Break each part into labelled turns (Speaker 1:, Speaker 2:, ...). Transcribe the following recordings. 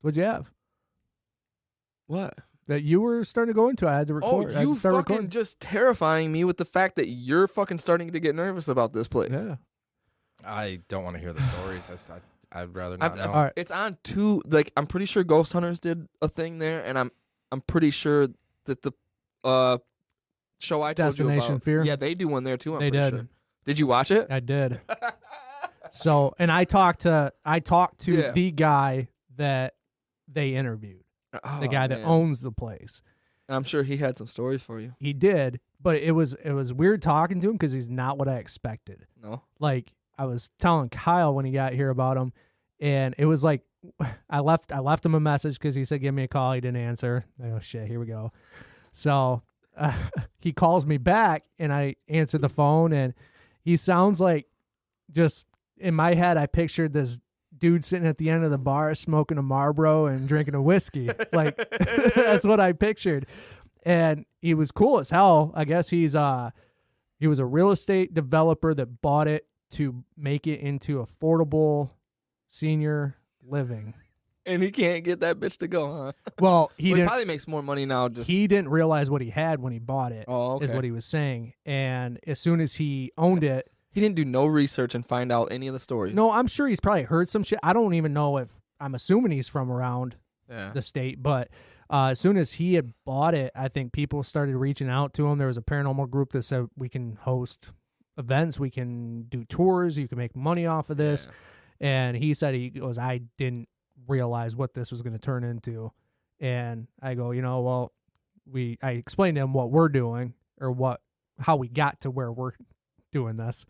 Speaker 1: What'd you have
Speaker 2: What?
Speaker 1: that you were starting to go into? I had to
Speaker 2: Oh,
Speaker 1: record. I had
Speaker 2: you
Speaker 1: to start
Speaker 2: fucking
Speaker 1: recording.
Speaker 2: just terrifying me with the fact that you're fucking starting to get nervous about this place.
Speaker 1: Yeah.
Speaker 3: I don't want to hear the stories. That's, I, I'd rather
Speaker 2: I've-
Speaker 3: not
Speaker 2: I've-
Speaker 3: know.
Speaker 1: All right.
Speaker 2: It's on two. Like I'm pretty sure Ghost Hunters did a thing there, and I'm I'm pretty sure that the uh show I told you
Speaker 1: Destination
Speaker 2: about-
Speaker 1: Fear?
Speaker 2: Yeah, they do one there too. I'm
Speaker 1: They
Speaker 2: pretty
Speaker 1: did.
Speaker 2: sure. Did you watch it?
Speaker 1: I did. so, and I talked to I talked to
Speaker 2: Yeah.
Speaker 1: the guy that they interviewed, the
Speaker 2: Oh,
Speaker 1: guy that
Speaker 2: man.
Speaker 1: owns the place.
Speaker 2: I'm sure he had some stories for you.
Speaker 1: He did, but it was it was weird talking to him because he's not what I expected.
Speaker 2: No.
Speaker 1: Like I was telling Kyle when he got here about him, and it was like I left I left him a message because he said give me a call. He didn't answer. Oh shit, here we go. So uh, he calls me back, and I answer the phone, and he sounds like just in my head I pictured this dude sitting at the end of the bar smoking a Marlboro and drinking a whiskey. like that's what I pictured. And he was cool as hell. I guess he's uh he was a real estate developer that bought it to make it into affordable senior living.
Speaker 2: And he can't get that bitch to go, huh?
Speaker 1: Well, he
Speaker 2: Well, he
Speaker 1: didn't
Speaker 2: probably makes more money now. Just
Speaker 1: he didn't realize what he had when he bought it. Is
Speaker 2: oh, okay.
Speaker 1: what he was saying. And as soon as he owned it,
Speaker 2: He didn't do no research and find out any of the stories.
Speaker 1: no, I'm sure he's probably heard some shit. I don't even know if I'm assuming he's from around
Speaker 2: Yeah.
Speaker 1: the state. But uh, as soon as he had bought it, I think people started reaching out to him. There was a paranormal group that said we can host events, we can do tours, you can make money off of this. And he said he goes, I didn't realize what this was going to turn into. And I go, you know, well, we I explained to him what we're doing or what how we got to where we're doing this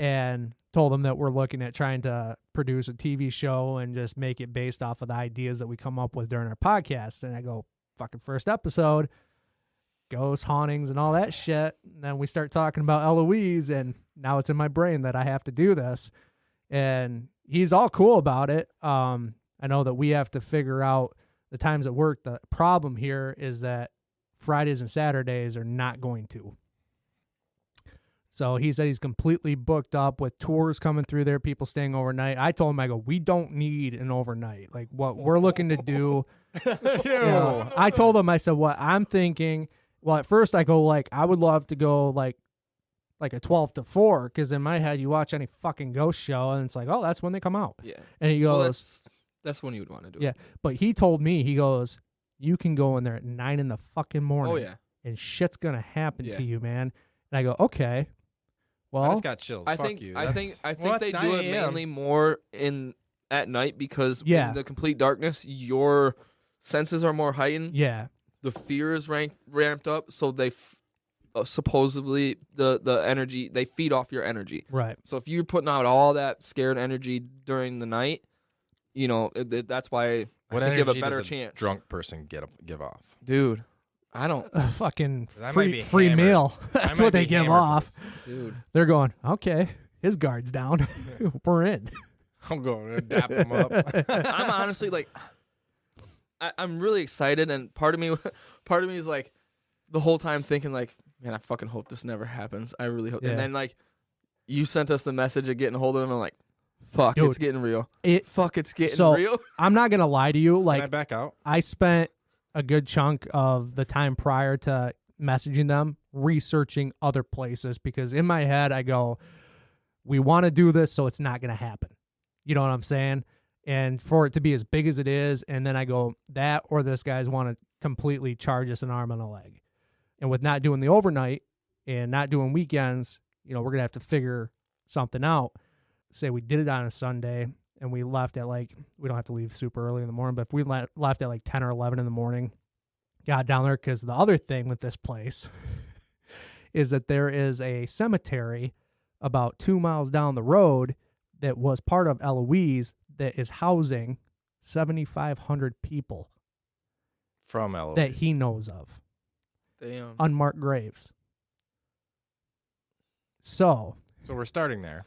Speaker 1: and told them that we're looking at trying to produce a TV show and just make it based off of the ideas that we come up with during our podcast. And I go, fucking first episode, ghost hauntings and all that shit. And then we start talking about Eloise, and now it's in my brain that I have to do this. And he's all cool about it. Um, I know that we have to figure out the times at work. The problem here is that Fridays and Saturdays are not going to. So he said he's completely booked up with tours coming through there, people staying overnight. I told him, I go, we don't need an overnight. Like what we're looking to do. you know, I told him, I said, what I'm thinking. Well, at first I go like, I would love to go like, like a 12 to 4 because in my head you watch any fucking ghost show and it's like oh that's when they come out
Speaker 2: Yeah.
Speaker 1: and he
Speaker 2: Well,
Speaker 1: goes
Speaker 2: that's, that's when you would want to do
Speaker 1: yeah
Speaker 2: it.
Speaker 1: but he told me he goes you can go in there at 9 in the fucking morning
Speaker 2: Oh yeah.
Speaker 1: and shit's gonna happen
Speaker 2: Yeah.
Speaker 1: to you man and i go okay well
Speaker 3: I just got chills.
Speaker 2: I
Speaker 3: Fuck
Speaker 2: think
Speaker 3: you.
Speaker 2: I think
Speaker 3: That's-
Speaker 2: I think
Speaker 3: What?
Speaker 2: they
Speaker 3: 9
Speaker 2: do it
Speaker 3: a.m.?
Speaker 2: mainly more in at night because
Speaker 1: Yeah.
Speaker 2: in the complete darkness your senses are more heightened.
Speaker 1: yeah
Speaker 2: The fear is rank, ramped up, so they f- uh, supposedly the the energy they feed off your energy.
Speaker 1: Right.
Speaker 2: So if you're putting out all that scared energy during the night, you know it, it- that's why
Speaker 3: What
Speaker 2: I think you have a
Speaker 3: energy does
Speaker 2: better
Speaker 3: a
Speaker 2: chance,
Speaker 3: Drunk person get up, give off.
Speaker 2: dude. I don't,
Speaker 1: A fucking
Speaker 3: I might
Speaker 1: free,
Speaker 3: be
Speaker 1: free
Speaker 3: hammered.
Speaker 1: meal.
Speaker 3: I
Speaker 1: That's
Speaker 3: might
Speaker 1: what they
Speaker 3: be
Speaker 1: give
Speaker 3: hammered for
Speaker 1: off.
Speaker 3: this.
Speaker 2: dude.
Speaker 1: They're going, okay, his guard's down. We're in.
Speaker 3: I'm going to dap him up.
Speaker 2: I'm honestly like, I, I'm really excited, and part of me, part of me is like, the whole time thinking like, man, I fucking hope this never happens. I really hope.
Speaker 1: Yeah.
Speaker 2: And then like, you sent us the message of getting hold of him, and like, fuck, it's
Speaker 1: Dude.
Speaker 2: getting real.
Speaker 1: It,
Speaker 2: Fuck, it's getting
Speaker 1: So-
Speaker 2: real.
Speaker 1: I'm not going to lie to you.
Speaker 3: Can I
Speaker 1: Like,
Speaker 3: back out?
Speaker 1: I spent a good chunk of the time prior to messaging them researching other places because in my head I go, we want to do this, so it's not going to happen. You know what I'm saying? And for it to be as big as it is, and then I go that or this guy's want to completely charge us an arm and a leg. And with not doing the overnight and not doing weekends, you know, we're gonna have to figure something out. Say we did it on a Sunday and we left at like we don't have to leave super early in the morning, but if we le- left at like ten or eleven in the morning, got down there because the other thing with this place is that there is a cemetery about two miles down the road that was part of Eloise that is housing seventy five hundred people
Speaker 3: From
Speaker 2: Oh,
Speaker 3: Eloise.
Speaker 1: that he knows of
Speaker 2: Damn.
Speaker 1: unmarked graves. So
Speaker 3: So we're starting there.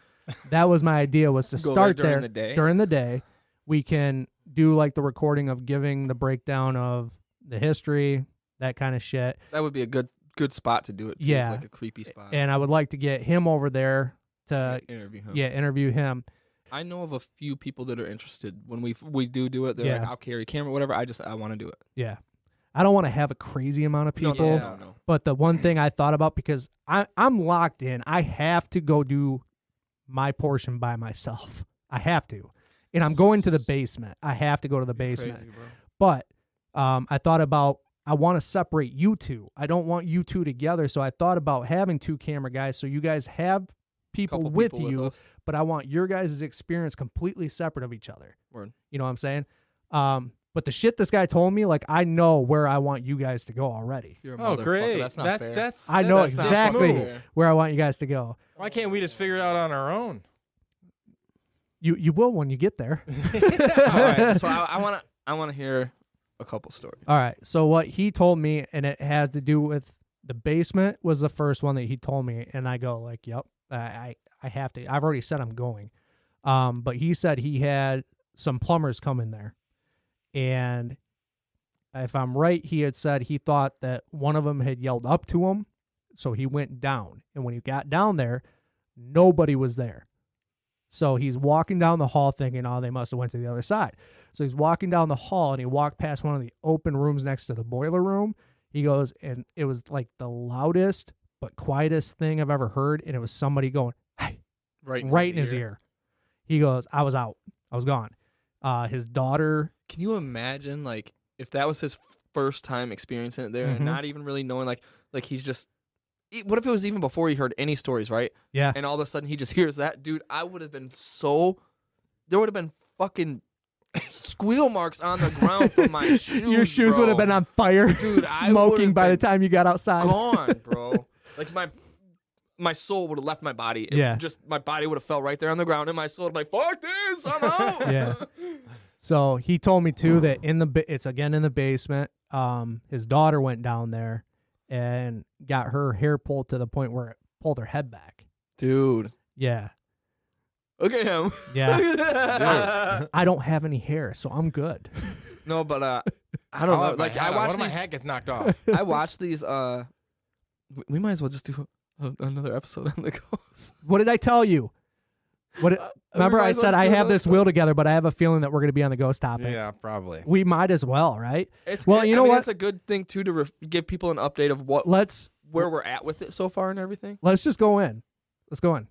Speaker 1: that was my idea was to
Speaker 2: Go there
Speaker 1: start
Speaker 2: during
Speaker 1: there
Speaker 2: the day?
Speaker 1: during the day. We can do like the recording of giving the breakdown of the history, that kind of shit.
Speaker 2: That would be a good good spot to do it. Too,
Speaker 1: Yeah.
Speaker 2: like a creepy spot.
Speaker 1: And I would like to get him over there to
Speaker 2: interview him.
Speaker 1: yeah interview him
Speaker 2: I know of a few people that are interested. When we we do do it, they're like,
Speaker 1: Yeah.
Speaker 2: "I'll carry a camera, whatever." I just I want to do it.
Speaker 1: Yeah. I don't want to have a crazy amount of
Speaker 2: No,
Speaker 1: people.
Speaker 2: no, no, no, no.
Speaker 1: But the one thing I thought about because I, I'm locked in, I have to go do my portion by myself. I have to. And I'm going to the basement. I have to go to the basement.
Speaker 2: Crazy, bro.
Speaker 1: But um, I thought about I want to separate you two. I don't want you two together. So I thought about having two camera guys so you guys have people
Speaker 2: Couple
Speaker 1: with
Speaker 2: people
Speaker 1: you,
Speaker 2: us.
Speaker 1: but I want your guys' experience completely separate of each other.
Speaker 2: Word.
Speaker 1: You know what I'm saying? Um, but the shit this guy told me, like I know where I want you guys to go already.
Speaker 2: You're a
Speaker 3: Oh,
Speaker 2: motherfucker.
Speaker 3: great.
Speaker 2: That's not
Speaker 3: that's,
Speaker 2: fair.
Speaker 3: that's
Speaker 1: I know
Speaker 3: that's not
Speaker 1: exactly.
Speaker 3: cool.
Speaker 2: fair.
Speaker 1: Where I want you guys to go.
Speaker 3: Why can't we just figure it out on our own?
Speaker 1: You you will when you get there.
Speaker 2: All right, so I, I want to I want to hear a couple stories.
Speaker 1: All right. So what he told me, and it had to do with the basement, was the first one that he told me, and I go like, "Yep, I I, I have to. I've already said I'm going." Um, but he said he had some plumbers come in there, and if I'm right, he had said he thought that one of them had yelled up to him, so he went down, and when he got down there, nobody was there. So he's walking down the hall thinking, oh, they must have went to the other side. So he's walking down the hall and he walked past one of the open rooms next to the boiler room. He goes, and it was like the loudest but quietest thing I've ever heard. And it was somebody going "Hey,"
Speaker 2: Right,
Speaker 1: right in his ear. He goes, I was out. I was gone. Uh, his daughter,
Speaker 2: Can you imagine like if that was his first time experiencing it there
Speaker 1: Mhm.
Speaker 2: and not even really knowing like like he's just e- what if it was even before he heard any stories, right?
Speaker 1: Yeah.
Speaker 2: And all of a sudden he just hears that, dude, I would have been so there would have been fucking squeal marks on the ground from my shoes.
Speaker 1: your shoes would have
Speaker 2: bro.
Speaker 1: been on fire,
Speaker 2: Dude, I
Speaker 1: smoking
Speaker 2: would've
Speaker 1: by the
Speaker 2: been
Speaker 1: time you got outside.
Speaker 2: gone, bro. like my my soul would have left my body. It
Speaker 1: Yeah.
Speaker 2: Just my body would have fell right there on the ground, and my soul would have been like, "Fuck this, I'm out."
Speaker 1: Yeah. So he told me too that in the ba- it's again in the basement. Um, his daughter went down there and got her hair pulled to the point where it pulled her head back.
Speaker 2: Dude,
Speaker 1: Yeah,
Speaker 2: look at him.
Speaker 1: yeah.
Speaker 2: Look at him.
Speaker 1: I don't have any hair, so I'm good.
Speaker 2: no, but uh, I don't
Speaker 3: Oh,
Speaker 2: know. Like I
Speaker 3: watched
Speaker 2: watched
Speaker 3: my
Speaker 2: these.
Speaker 3: hat gets knocked off.
Speaker 2: I watched these. Uh, we- we might as well just do a, another episode on the ghost.
Speaker 1: What did I tell you? What it, remember
Speaker 2: might
Speaker 1: I
Speaker 2: as well
Speaker 1: said
Speaker 2: just
Speaker 1: I
Speaker 2: do
Speaker 1: have
Speaker 2: another
Speaker 1: this will together, but I have a feeling that we're going to be on the ghost topic.
Speaker 3: yeah, probably.
Speaker 1: We might as well, right?
Speaker 2: It's
Speaker 1: Well,
Speaker 2: I-
Speaker 1: you
Speaker 2: I
Speaker 1: know
Speaker 2: mean,
Speaker 1: what?
Speaker 2: That's a good thing too to ref give people an update of what
Speaker 1: Let's
Speaker 2: where we're at with it so far and everything.
Speaker 1: let's just go in. Let's go in.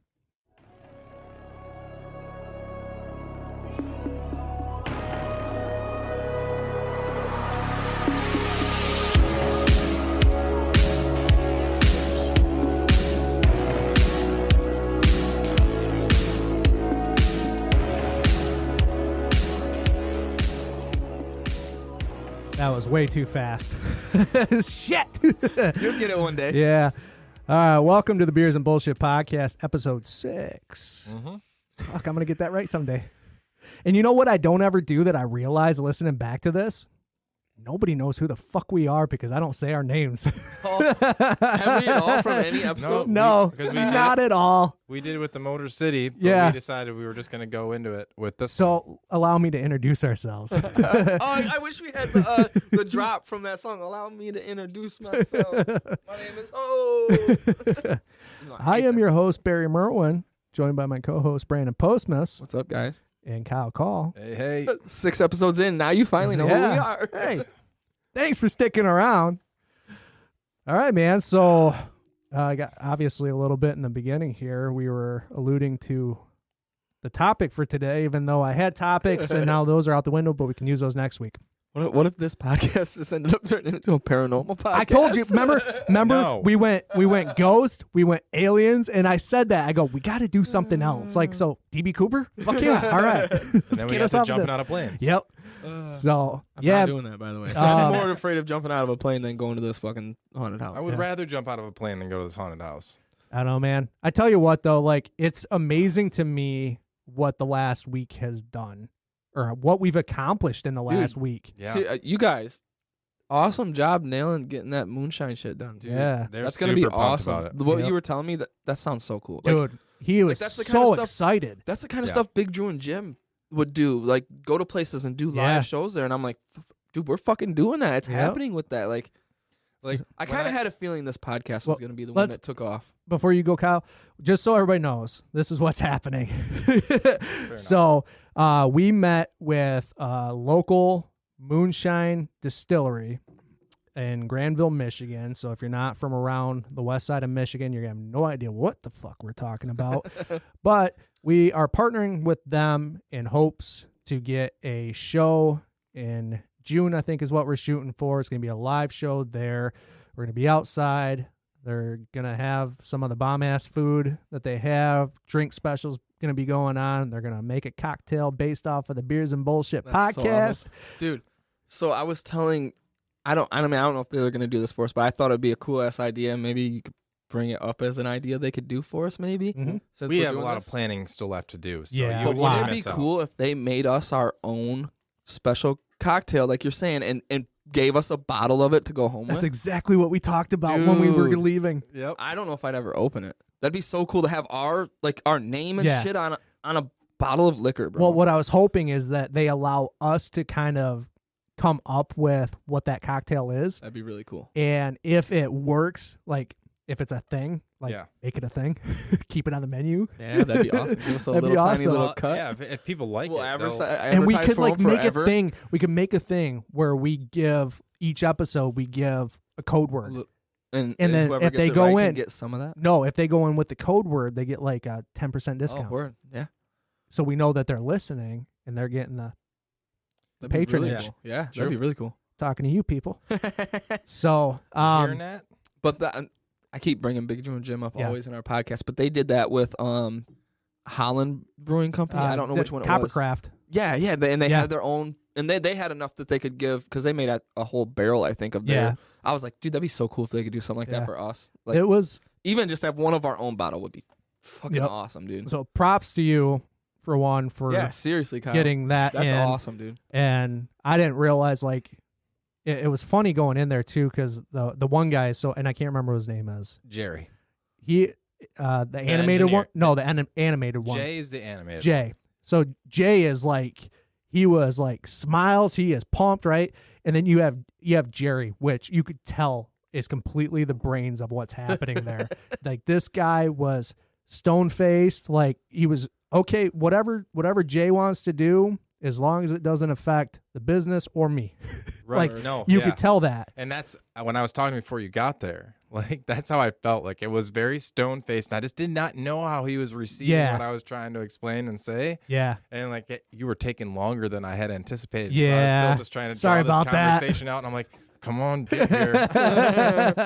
Speaker 1: That was way too fast. Shit.
Speaker 2: You'll get it one day.
Speaker 1: Yeah. All right. Welcome to the Beers and Bullshit Podcast, episode 6
Speaker 3: Mhm.
Speaker 1: Fuck, I'm going to get that right someday. And you know what I don't ever do that I realize listening back to this? Nobody knows who the fuck we are because I don't say our names.
Speaker 2: Oh, have we at all from any episode?
Speaker 1: no,
Speaker 3: because we did-
Speaker 1: not at all.
Speaker 3: We did it with the Motor City, but
Speaker 1: Yeah.
Speaker 3: we decided we were just going to go into it with this. one.
Speaker 1: So allow me to introduce ourselves.
Speaker 2: Oh, I, I wish we had the, uh, the drop from that song. Allow me to introduce myself. My name is Ho. No,
Speaker 1: I
Speaker 2: hate
Speaker 1: am
Speaker 2: that.
Speaker 1: your host, Barry Merwin, joined by my co host, Brandon Postmas,
Speaker 2: What's up, guys?
Speaker 1: and Kyle Call.
Speaker 3: hey, hey.
Speaker 2: Six episodes in, now you finally know who we
Speaker 1: Yeah.
Speaker 2: are.
Speaker 1: hey, thanks for sticking around. All right, man. So uh, I got obviously a little bit in the beginning here. We were alluding to the topic for today, even though I had topics and now those are out the window, but we can use those next week.
Speaker 2: What if, what if this podcast just ended up turning into a paranormal podcast?
Speaker 1: I told you, remember, remember
Speaker 3: No.
Speaker 1: we went we went ghost, we went aliens, and I said that. I go, we gotta do something else. Like so DB Cooper? Fuck yeah. All right.
Speaker 3: And
Speaker 1: Let's
Speaker 3: then we
Speaker 1: get
Speaker 3: got
Speaker 1: us
Speaker 3: to
Speaker 1: off of
Speaker 3: jumping Uh,
Speaker 1: this.
Speaker 3: out of planes.
Speaker 1: Yep. So yeah, Um,
Speaker 2: doing that, by the way.
Speaker 1: I'm
Speaker 2: I'm
Speaker 1: more
Speaker 2: more afraid of jumping out of a plane than going to this fucking haunted house.
Speaker 3: I would
Speaker 1: Yeah.
Speaker 3: rather jump out of a plane than go to this haunted house.
Speaker 1: I don't know, man. I tell you what, though, like it's amazing to me what the last week has done, or what we've accomplished in the
Speaker 2: Dude.
Speaker 1: last week.
Speaker 3: Yeah.
Speaker 2: uh, you guys, awesome job nailing getting that moonshine shit done, dude.
Speaker 1: yeah,
Speaker 3: They're
Speaker 2: That's
Speaker 3: going
Speaker 2: gonna
Speaker 3: to
Speaker 2: be awesome.
Speaker 3: About it.
Speaker 2: What
Speaker 1: Yep.
Speaker 2: you were telling me that that sounds so cool. Like,
Speaker 1: dude, he was
Speaker 2: that's the
Speaker 1: so
Speaker 2: kind of stuff-
Speaker 1: excited.
Speaker 2: That's the kind of
Speaker 3: Yeah.
Speaker 2: stuff Big Drew and Jim would do, like go to places and do live
Speaker 1: Yeah.
Speaker 2: shows there. And I'm like, "F- dude, we're fucking doing that. It's
Speaker 1: Yep.
Speaker 2: happening with that. Like,
Speaker 3: Like
Speaker 2: I
Speaker 3: when
Speaker 2: kind of had a feeling this podcast
Speaker 1: Well,
Speaker 2: was going to be the one
Speaker 1: let's-
Speaker 2: that took off.
Speaker 1: before you go, Kyle, just so everybody knows, this is what's happening.
Speaker 3: enough.
Speaker 1: so uh, we met with a local moonshine distillery in Granville, Michigan. So if you're not from around the west side of Michigan, you're gonna have no idea what the fuck we're talking about. but we are partnering with them in hopes to get a show in June, I think is what we're shooting for. It's gonna be a live show there. We're gonna be outside. They're gonna have some of the bomb ass food that they have. Drink specials gonna be going on. They're gonna make a cocktail based off of the Beers and Bullshit
Speaker 2: That's so
Speaker 1: podcast.
Speaker 2: awesome. dude. So I was telling, I don't, I don't mean, I don't know if they're gonna do this for us, but I thought it'd be a cool ass idea. Maybe you could bring it up as an idea they could do for us. Maybe
Speaker 1: Mhm.
Speaker 2: since
Speaker 3: we
Speaker 2: we're
Speaker 3: have a
Speaker 2: doing
Speaker 3: lot
Speaker 2: this.
Speaker 3: of planning still left to do. So
Speaker 1: Yeah,
Speaker 3: you
Speaker 1: a
Speaker 2: But
Speaker 1: lot.
Speaker 2: wouldn't it be cool if they made us our own special cocktail, like you're saying, and and gave us a bottle of it to go home
Speaker 1: That's
Speaker 2: with?
Speaker 1: exactly what we talked about when we were
Speaker 2: Dude.
Speaker 1: leaving.
Speaker 3: Yep.
Speaker 2: I don't know if I'd ever open it. That'd be so cool to have our like our name and
Speaker 1: Yeah.
Speaker 2: shit on a, on a bottle of liquor, bro.
Speaker 1: Well, what I was hoping is that they allow us to kind of come up with what that cocktail is.
Speaker 2: That'd be really cool.
Speaker 1: And if it works, like if it's a thing, like
Speaker 3: Yeah.
Speaker 1: make it a thing, keep it on the menu.
Speaker 2: Yeah, that'd be awesome. Give us a
Speaker 1: That'd be
Speaker 2: little tiny
Speaker 1: awesome.
Speaker 2: little
Speaker 3: Well,
Speaker 2: cut.
Speaker 3: Uh, Yeah, if, if people like
Speaker 2: we'll
Speaker 3: it,
Speaker 2: advertise,
Speaker 3: they'll-
Speaker 1: and we
Speaker 2: advertise
Speaker 1: could
Speaker 2: for
Speaker 1: like
Speaker 2: 'em
Speaker 1: make
Speaker 2: forever.
Speaker 1: a thing. We could make a thing where we give each episode we give a code word.
Speaker 2: Look, and,
Speaker 1: And then
Speaker 2: whoever
Speaker 1: if
Speaker 2: gets
Speaker 1: they
Speaker 2: it
Speaker 1: go
Speaker 2: right can
Speaker 1: in-
Speaker 2: get some of that
Speaker 1: no, if they go in with the code word, they get like a 10%
Speaker 2: Oh,
Speaker 1: discount.
Speaker 2: word. Yeah,
Speaker 1: so we know that they're listening and they're getting the
Speaker 2: that'd be really
Speaker 1: Patronage.
Speaker 2: cool. Yeah,
Speaker 3: True.
Speaker 2: that'd be really cool.
Speaker 1: talking to you people. So,
Speaker 3: hearing
Speaker 1: um
Speaker 3: that.
Speaker 2: but that I keep bringing Big Jim and Jim up
Speaker 1: Yeah.
Speaker 2: always in our podcast. But they did that with um Holland Brewing Company. I
Speaker 1: uh,
Speaker 2: don't know
Speaker 1: the
Speaker 2: which one it was.
Speaker 1: Coppercraft.
Speaker 2: Yeah, yeah, they, and they
Speaker 1: Yeah.
Speaker 2: had their own, and they they had enough that they could give because they made a, a whole barrel, I think, of their.
Speaker 1: Yeah.
Speaker 2: I was like, dude, that'd be so cool if they could do something like
Speaker 1: Yeah.
Speaker 2: that for us. Like,
Speaker 1: it was
Speaker 2: even just have one of our own bottle would be fucking
Speaker 1: Yep.
Speaker 2: awesome, dude.
Speaker 1: So props to you for one for
Speaker 2: yeah, seriously, Kyle.
Speaker 1: getting that
Speaker 2: uh, that's
Speaker 1: in.
Speaker 2: awesome, dude.
Speaker 1: And I didn't realize like it, it was funny going in there too because the the one guy so and I can't remember what his name is.
Speaker 3: Jerry.
Speaker 1: He uh the, animated
Speaker 3: engineer.
Speaker 1: one. No, the anim- animated one.
Speaker 3: Jay is the animator.
Speaker 1: Jay. So Jay is like he was like smiles, he is pumped, right? And then you have you have Jerry, which you could tell is completely the brains of what's happening there. like this guy was stone faced, like he was okay, whatever whatever Jay wants to do, as long as it doesn't affect the business or me.
Speaker 3: Right.
Speaker 1: Like,
Speaker 3: no.
Speaker 1: You
Speaker 3: Oh, yeah.
Speaker 1: could tell that.
Speaker 3: And that's uh, when I was talking before you got there. Like that's how I felt. Like it was very stone faced, and I just did not know how he was receiving
Speaker 1: Yeah.
Speaker 3: what I was trying to explain and say.
Speaker 1: Yeah.
Speaker 3: And like it, you were taking longer than I had anticipated. So I was
Speaker 1: Yeah.
Speaker 3: still just trying to
Speaker 1: Sorry
Speaker 3: draw
Speaker 1: about
Speaker 3: this
Speaker 1: that.
Speaker 3: conversation out, and I'm like, "Come on, get here." I'm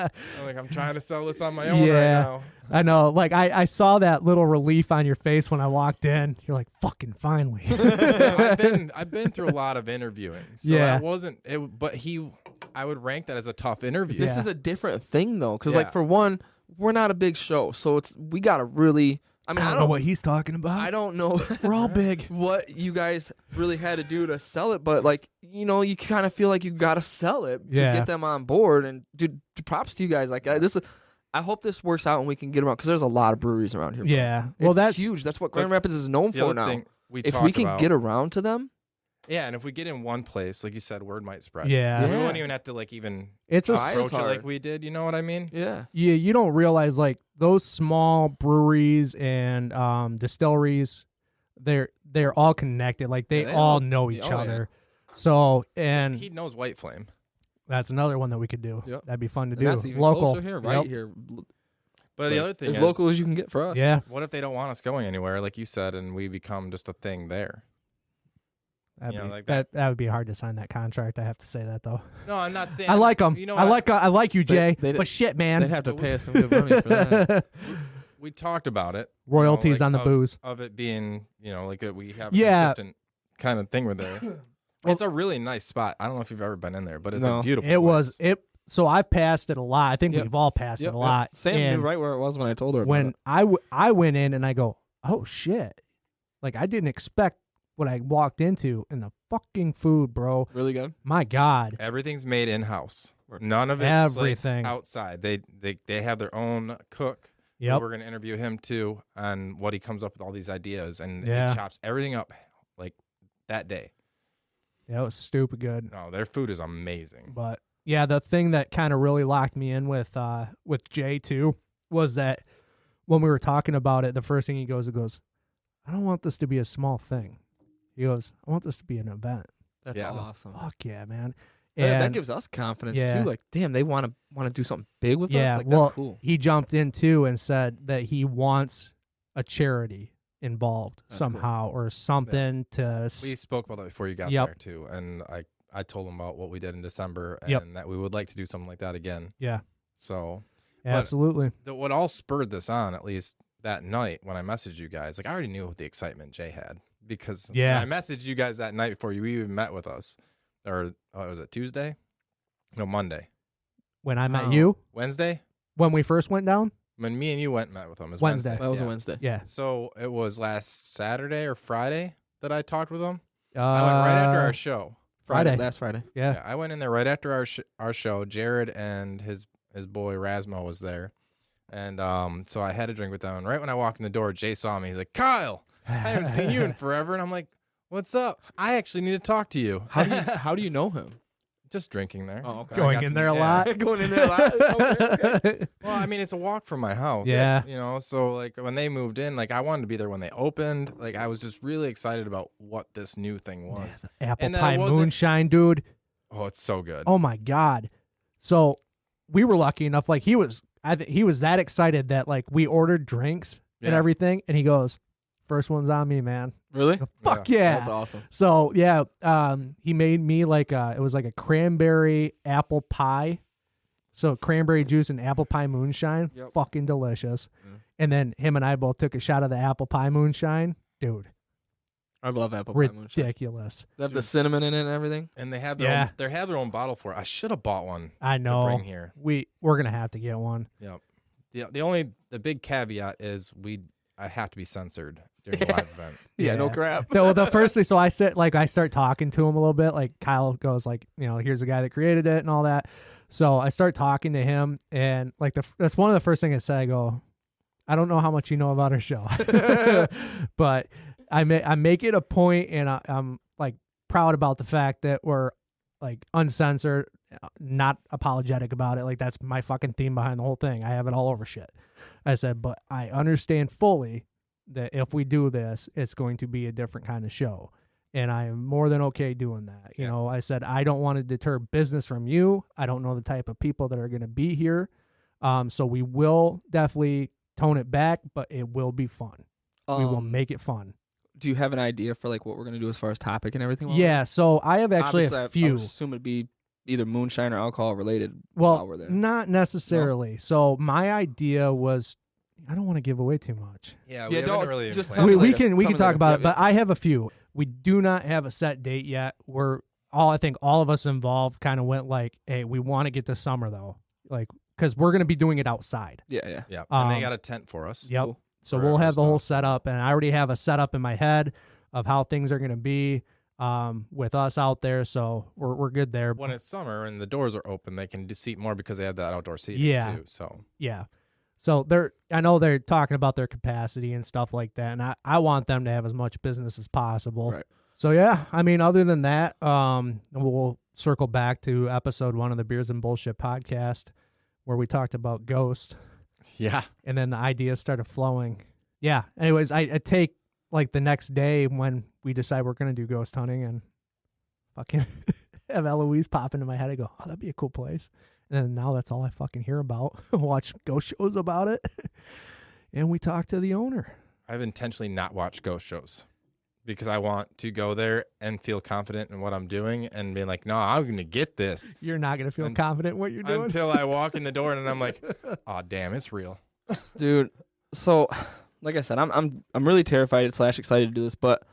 Speaker 3: like, "I'm trying to sell this on my own
Speaker 1: Yeah.
Speaker 3: right now."
Speaker 1: I know. Like I, I saw that little relief on your face when I walked in. You're like, fucking finally.
Speaker 3: I've been I've been through a lot of interviewing, so
Speaker 1: Yeah.
Speaker 3: that wasn't it. But he, I would rank that as a tough interview.
Speaker 2: This
Speaker 1: Yeah.
Speaker 2: is a different thing though, because
Speaker 3: Yeah.
Speaker 2: like for one, we're not a big show, so it's we gotta really. I mean, I don't,
Speaker 1: he's talking about.
Speaker 2: I don't know.
Speaker 1: We're all big.
Speaker 2: what you guys really had to do to sell it, but like you know, you kind of feel like you gotta sell it
Speaker 1: Yeah.
Speaker 2: to get them on board. And dude, props to you guys. Like I, this, is, I hope this works out and we can get them out because there's a lot of breweries around here. bro.
Speaker 1: Yeah.
Speaker 2: It's
Speaker 1: Well, that's
Speaker 2: huge. That's what Grand
Speaker 3: But
Speaker 2: Rapids is known
Speaker 3: The
Speaker 2: for
Speaker 3: other
Speaker 2: now.
Speaker 3: thing we
Speaker 2: if
Speaker 3: talked
Speaker 2: we can
Speaker 3: about,
Speaker 2: get around to them,
Speaker 3: yeah, and if we get in one place, like you said, word might spread.
Speaker 1: Yeah.
Speaker 3: So we
Speaker 2: Yeah.
Speaker 3: wouldn't even have to like even
Speaker 1: It's a
Speaker 2: Try
Speaker 1: s-
Speaker 2: it.
Speaker 3: approach it like
Speaker 2: hard.
Speaker 3: we did. You know what I mean?
Speaker 2: yeah,
Speaker 1: yeah. You don't realize like those small breweries and um, distilleries, they're they're all connected. Like they,
Speaker 3: Yeah, they
Speaker 1: all
Speaker 3: all-
Speaker 1: know
Speaker 2: they
Speaker 1: each
Speaker 2: all-
Speaker 1: other. So and
Speaker 3: He knows White Flame.
Speaker 1: that's another one that we could do.
Speaker 2: Yep.
Speaker 1: That'd be fun to
Speaker 2: and
Speaker 1: do.
Speaker 2: that's even
Speaker 1: Local
Speaker 2: closer here, right
Speaker 1: Yep.
Speaker 2: here. L-
Speaker 3: But
Speaker 2: like,
Speaker 3: the other thing
Speaker 2: as
Speaker 3: is,
Speaker 2: local as you can get for us.
Speaker 1: Yeah,
Speaker 3: what if they don't want us going anywhere, like you said, and we become just a thing there?
Speaker 1: that'd
Speaker 3: Yeah,
Speaker 1: be,
Speaker 3: like
Speaker 1: that.
Speaker 3: that.
Speaker 1: that would be hard to sign that contract. I have to say that though.
Speaker 3: No, I'm not saying.
Speaker 1: I like them.
Speaker 3: You know,
Speaker 1: I
Speaker 3: what?
Speaker 1: like uh, I like you, Jay.
Speaker 2: They- they-
Speaker 1: but shit,
Speaker 2: They'd
Speaker 1: man,
Speaker 2: have to pay us some good money for that.
Speaker 3: We talked about it you know,
Speaker 1: royalties
Speaker 3: like, um,
Speaker 1: on the
Speaker 3: of-
Speaker 1: booze.
Speaker 3: of it being, you know, like uh, we have a
Speaker 1: Yeah.
Speaker 3: consistent kind of thing with it. it's a really nice spot. I don't know if you've ever been in there, but it's
Speaker 2: No.
Speaker 3: a beautiful.
Speaker 1: It was
Speaker 3: place.
Speaker 1: it. So I've passed it a lot. I think
Speaker 2: Yep.
Speaker 1: we've all passed
Speaker 2: Yep,
Speaker 1: it a
Speaker 2: yep.
Speaker 1: lot.
Speaker 2: Sam
Speaker 1: and
Speaker 2: knew right where it was when I told her. about
Speaker 1: when
Speaker 2: it.
Speaker 1: I, w- I went in and I go, oh shit. Like I didn't expect what I walked into and the fucking food, bro.
Speaker 2: really good.
Speaker 1: My God.
Speaker 3: Everything's made in house.
Speaker 2: Word.
Speaker 3: None of it's
Speaker 1: Everything.
Speaker 3: like, outside. They they they have their own cook. who
Speaker 1: Yep.
Speaker 3: We're gonna interview him too on what he comes up with all these ideas and
Speaker 1: Yeah.
Speaker 3: he chops everything up like that day.
Speaker 1: Yeah, it was stupid good.
Speaker 3: No, their food is amazing.
Speaker 1: But yeah, the thing that kind of really locked me in with uh with Jay too was that when we were talking about it, the first thing he goes, he goes, I don't want this to be a small thing. He goes, I want this to be an event.
Speaker 2: That's
Speaker 3: Yeah.
Speaker 2: awesome.
Speaker 1: Fuck yeah, man.
Speaker 2: That- that,
Speaker 1: And-
Speaker 2: gives us confidence
Speaker 1: yeah.
Speaker 2: too. Like, damn, they want to want to do something big with
Speaker 1: yeah,
Speaker 2: us. Like,
Speaker 1: well,
Speaker 2: that's cool.
Speaker 1: he jumped in too and said that he wants a charity involved
Speaker 2: That's cool.
Speaker 1: somehow or something to. s-
Speaker 3: We spoke about that before you got
Speaker 1: Yep.
Speaker 3: there too, and I I told him about what we did in December and
Speaker 1: Yep.
Speaker 3: that we would like to do something like that again.
Speaker 1: Yeah,
Speaker 3: So but-
Speaker 1: absolutely.
Speaker 3: the, what all spurred this on, at least that night when I messaged you guys, like I already knew the excitement Jay had because when
Speaker 1: Yeah.
Speaker 3: I messaged you guys that night before you even met with us, or oh, was it Tuesday? No, Monday,
Speaker 1: When I met
Speaker 2: Oh.
Speaker 1: you,
Speaker 3: Wednesday.
Speaker 1: when we first went down,
Speaker 3: When me and you went and met with him, it was
Speaker 1: Wednesday.
Speaker 3: Wednesday.
Speaker 2: That was
Speaker 3: yeah.
Speaker 2: a Wednesday.
Speaker 1: yeah.
Speaker 3: So it was last Saturday or Friday that I talked with him.
Speaker 1: Uh,
Speaker 3: I went right after our show.
Speaker 1: Friday.
Speaker 2: last Friday.
Speaker 1: Yeah.
Speaker 3: Yeah, I went in there right after our sh- our show. Jared and his his boy Rasmo was there, and um, so I had a drink with them. And right when I walked in the door, Jay saw me. He's like, "Kyle, I haven't seen you in forever." And I'm like, "What's up? I actually need to talk to you."
Speaker 2: How do you how do you know him?
Speaker 3: Just drinking there.
Speaker 2: Oh, okay.
Speaker 3: I got
Speaker 1: Going in
Speaker 3: to-
Speaker 1: there a
Speaker 3: yeah. "Oh,
Speaker 1: lot.
Speaker 2: Going in there a lot. Okay,
Speaker 3: Well, I mean, it's a walk from my house.
Speaker 1: Yeah.
Speaker 3: You know, so like when they moved in, like I wanted to be there when they opened. Like I was just really excited about what this new thing was.
Speaker 1: Apple
Speaker 3: And then it
Speaker 1: pie
Speaker 3: wasn't-
Speaker 1: moonshine, dude.
Speaker 3: Oh, it's so good.
Speaker 1: Oh my god! So we were lucky enough. Like he was, I th- he was that excited that like we ordered drinks and
Speaker 3: Yeah.
Speaker 1: everything, and he goes, first one's on me, man."
Speaker 2: Really?
Speaker 1: Fuck yeah!
Speaker 2: That's awesome.
Speaker 1: So yeah, um, he made me like a, it was like a cranberry apple pie. So cranberry juice and apple pie moonshine,
Speaker 3: Yep.
Speaker 1: fucking delicious.
Speaker 3: Mm.
Speaker 1: And then him and I both took a shot of the apple pie moonshine, dude.
Speaker 2: I love apple pie moonshine.
Speaker 1: ridiculous!
Speaker 2: They have the cinnamon in it and everything.
Speaker 3: And they have their
Speaker 1: Yeah.
Speaker 3: own, they have their own bottle for it. I should have bought one
Speaker 1: I
Speaker 3: to
Speaker 1: know.
Speaker 3: bring here.
Speaker 1: We we're gonna have to get one.
Speaker 3: The the only the big caveat is we I have to be censored during the live event.
Speaker 1: Yeah, no Yeah.
Speaker 2: crap.
Speaker 1: so the firstly, so I sit like I start talking to him a little bit. Like Kyle goes like, you know, here's the guy that created it and all that. So I start talking to him, and like the f- that's one of the first things I said. I go, I don't know how much you know about our show, but I ma- I make it a point, and I, I'm like proud about the fact that we're like uncensored, uh, not apologetic about it. Like that's my fucking theme behind the whole thing. I have it all over shit. I said, but I understand fully that if we do this, it's going to be a different kind of show. And I am more than okay doing that. You
Speaker 3: Yeah.
Speaker 1: know, I said, I don't want to deter business from you. I don't know the type of people that are going to be here. Um, so we will definitely tone it back, but it will be fun. we will
Speaker 2: Um,
Speaker 1: make it fun.
Speaker 2: Do you have an idea for like what we're gonna do as far as topic and everything?
Speaker 1: Yeah. So I have actually
Speaker 2: Obviously, I-
Speaker 1: a few.
Speaker 2: I would assume it'd be either moonshine or alcohol related.
Speaker 1: well,
Speaker 2: while we're there.
Speaker 1: not necessarily. So my idea was, I don't want to give away too much.
Speaker 3: Yeah,
Speaker 2: we Yeah, haven't don't- really even just planned Tell
Speaker 1: we,
Speaker 2: me
Speaker 1: we
Speaker 2: later.
Speaker 1: can we
Speaker 2: Tell
Speaker 1: can
Speaker 2: me
Speaker 1: talk
Speaker 2: later.
Speaker 1: about
Speaker 2: Yeah,
Speaker 1: it, but I have a few. We do not have a set date yet. We're all I think all of us involved kind of went like, hey, we want to get this summer though, like because we're gonna be doing it outside.
Speaker 2: Yeah, yeah.
Speaker 3: Yeah, and
Speaker 1: Um,
Speaker 3: they got a tent for us.
Speaker 1: Yep.
Speaker 2: Cool.
Speaker 1: So
Speaker 3: For
Speaker 1: we'll
Speaker 3: our
Speaker 1: have the whole setup, and I already have a setup in my head of how things are gonna be um, with us out there. So we're we're good there.
Speaker 3: When it's summer and the doors are open, they can do seat more because they have that outdoor seating
Speaker 1: Yeah.
Speaker 3: too. So
Speaker 1: Yeah. So they're I know they're talking about their capacity and stuff like that, and I, I want them to have as much business as possible.
Speaker 2: Right.
Speaker 1: So yeah, I mean, other than that, um, we'll circle back to episode one of the Beers and Bullshit podcast where we talked about Ghost,
Speaker 3: yeah,
Speaker 1: and then the ideas started flowing. Yeah. Anyways, I, I take like the next day when we decide we're gonna do ghost hunting and fucking have Eloise pop into my head. I go, oh, that'd be a cool place. And then now that's all I fucking hear about. Watch ghost shows about it, and we talk to the owner.
Speaker 3: I've intentionally not watched ghost shows because I want to go there and feel confident in what I'm doing and be like, no, I'm gonna get this
Speaker 1: You're not gonna feel
Speaker 3: Un-
Speaker 1: confident in what you're doing.
Speaker 3: until I walk in the door and I'm like, oh damn, it's real.
Speaker 2: dude. So, like I said, I'm I'm I'm really terrified slash excited to do this, but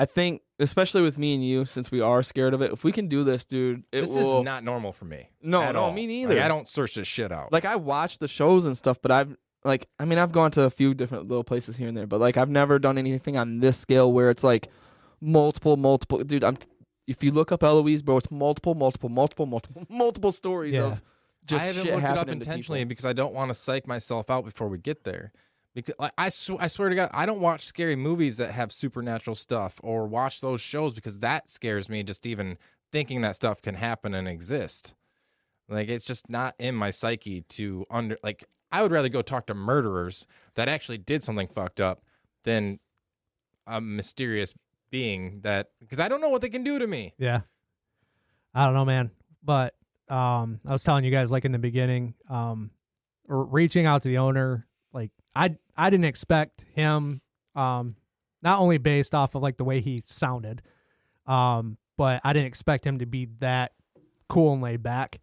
Speaker 2: I think especially with me and you, since we are scared of it, if we can do this, dude, it
Speaker 3: this
Speaker 2: will.
Speaker 3: is not normal for me.
Speaker 2: No,
Speaker 3: at
Speaker 2: no,
Speaker 3: all.
Speaker 2: me
Speaker 3: Like,
Speaker 2: neither.
Speaker 3: I don't search this shit out.
Speaker 2: like I watch the shows and stuff, but I've like I mean I've gone to a few different little places here and there, but like I've never done anything on this scale where it's like multiple, multiple. Dude, I'm. If you look up Eloise, bro, it's multiple, multiple, multiple, multiple, multiple stories
Speaker 1: Yeah.
Speaker 2: of just
Speaker 3: I haven't
Speaker 2: shit
Speaker 3: looked it up
Speaker 2: happening to people.
Speaker 3: intentionally because I don't want to psych myself out before we get there. Because like, I, sw- I swear to God, I don't watch scary movies that have supernatural stuff or watch those shows because that scares me just even thinking that stuff can happen and exist. Like it's just not in my psyche to under like I would rather go talk to murderers that actually did something fucked up than a mysterious being that because I don't know what they can do to me.
Speaker 1: Yeah. I don't know, man. But um I was telling you guys like in the beginning, um r- reaching out to the owner, like I I didn't expect him um not only based off of like the way he sounded, um, but I didn't expect him to be that cool and laid back.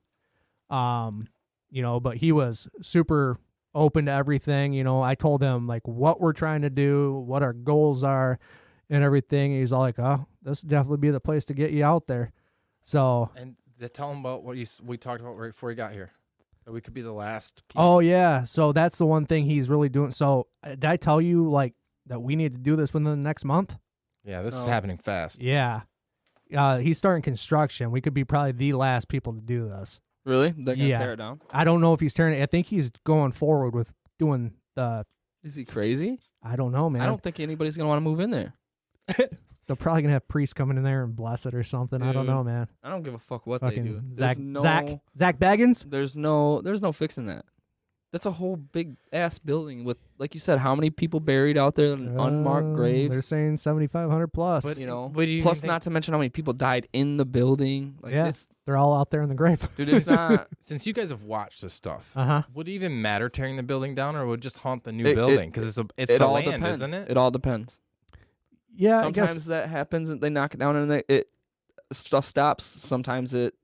Speaker 1: Um, you know, but he was super open to everything, you know. I told him like what we're trying to do, what our goals are and everything. He's all like, "Oh, this would definitely be the place to get you out there." So,
Speaker 3: And to tell them about what you s- we talked about right before you got here. That we could be the last. people.
Speaker 1: oh yeah, so that's the one thing he's really doing. So, uh, did I tell you like that we need to do this within the next month?
Speaker 3: yeah, this is
Speaker 2: No.
Speaker 3: happening fast.
Speaker 1: Oh. Yeah. Uh, he's starting construction. We could be probably the last people to do this.
Speaker 2: Really? They're gonna
Speaker 1: Yeah.
Speaker 2: tear it down?
Speaker 1: I don't know if he's turning. I think he's going forward with doing the.
Speaker 2: Is he crazy?
Speaker 1: I don't know, man.
Speaker 2: I don't think anybody's gonna want to move in there.
Speaker 1: They're probably gonna have priests coming in there and bless it or something. I don't
Speaker 2: Dude,
Speaker 1: know, man.
Speaker 2: I don't give a fuck what they do.
Speaker 1: Fucking
Speaker 2: There's
Speaker 1: Zach,
Speaker 2: no,
Speaker 1: Zach, Zach Baggins.
Speaker 2: There's no. There's no fixing that. That's a whole big ass building with, like you said, how many people buried out there in
Speaker 1: Um,
Speaker 2: Mm, unmarked
Speaker 1: They're
Speaker 2: graves.
Speaker 1: saying seventy five hundred plus.
Speaker 3: But-
Speaker 2: You know.
Speaker 3: what do you
Speaker 2: Plus,
Speaker 3: think-
Speaker 2: not to mention how many people died in the building. Like
Speaker 1: Yeah.
Speaker 2: it's,
Speaker 1: They're all out there in the grave.
Speaker 2: dude, it's not.
Speaker 3: Since you guys have watched this stuff,
Speaker 1: Uh huh.
Speaker 3: would it even matter tearing the building down, or would it just haunt the new
Speaker 2: It- it-
Speaker 3: building? Because it's a, it's
Speaker 2: it
Speaker 3: the
Speaker 2: all
Speaker 3: land,
Speaker 2: depends.
Speaker 3: isn't it?
Speaker 2: It all depends.
Speaker 1: Yeah, I guess
Speaker 2: sometimes that happens and they knock it down and they, it stuff stops sometimes it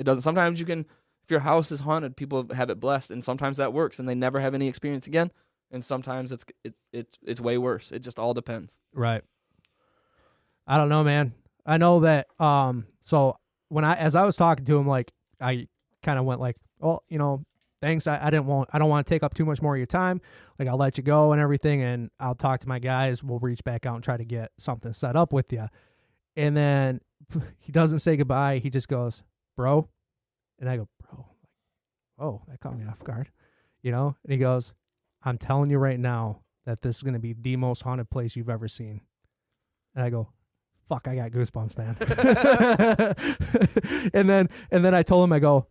Speaker 2: it doesn't sometimes you can if your house is haunted people have it blessed and sometimes that works and they never have any experience again and sometimes it's it, it it's way worse it just all depends
Speaker 1: Right. I don't know, man. I know that um so when I as I was talking to him like I kind of went like, "Well, you know, thanks. I, I didn't want I don't want to take up too much more of your time. Like I'll let you go and everything and I'll talk to my guys. We'll reach back out and try to get something set up with you." And then he doesn't say goodbye. He just goes, "Bro." And I go, "Bro." Oh, that caught me off guard. You know? And he goes, I'm telling you right now that this is going to be the most haunted place you've ever seen. And I go, fuck, I got goosebumps, man. and then and then I told him, I go,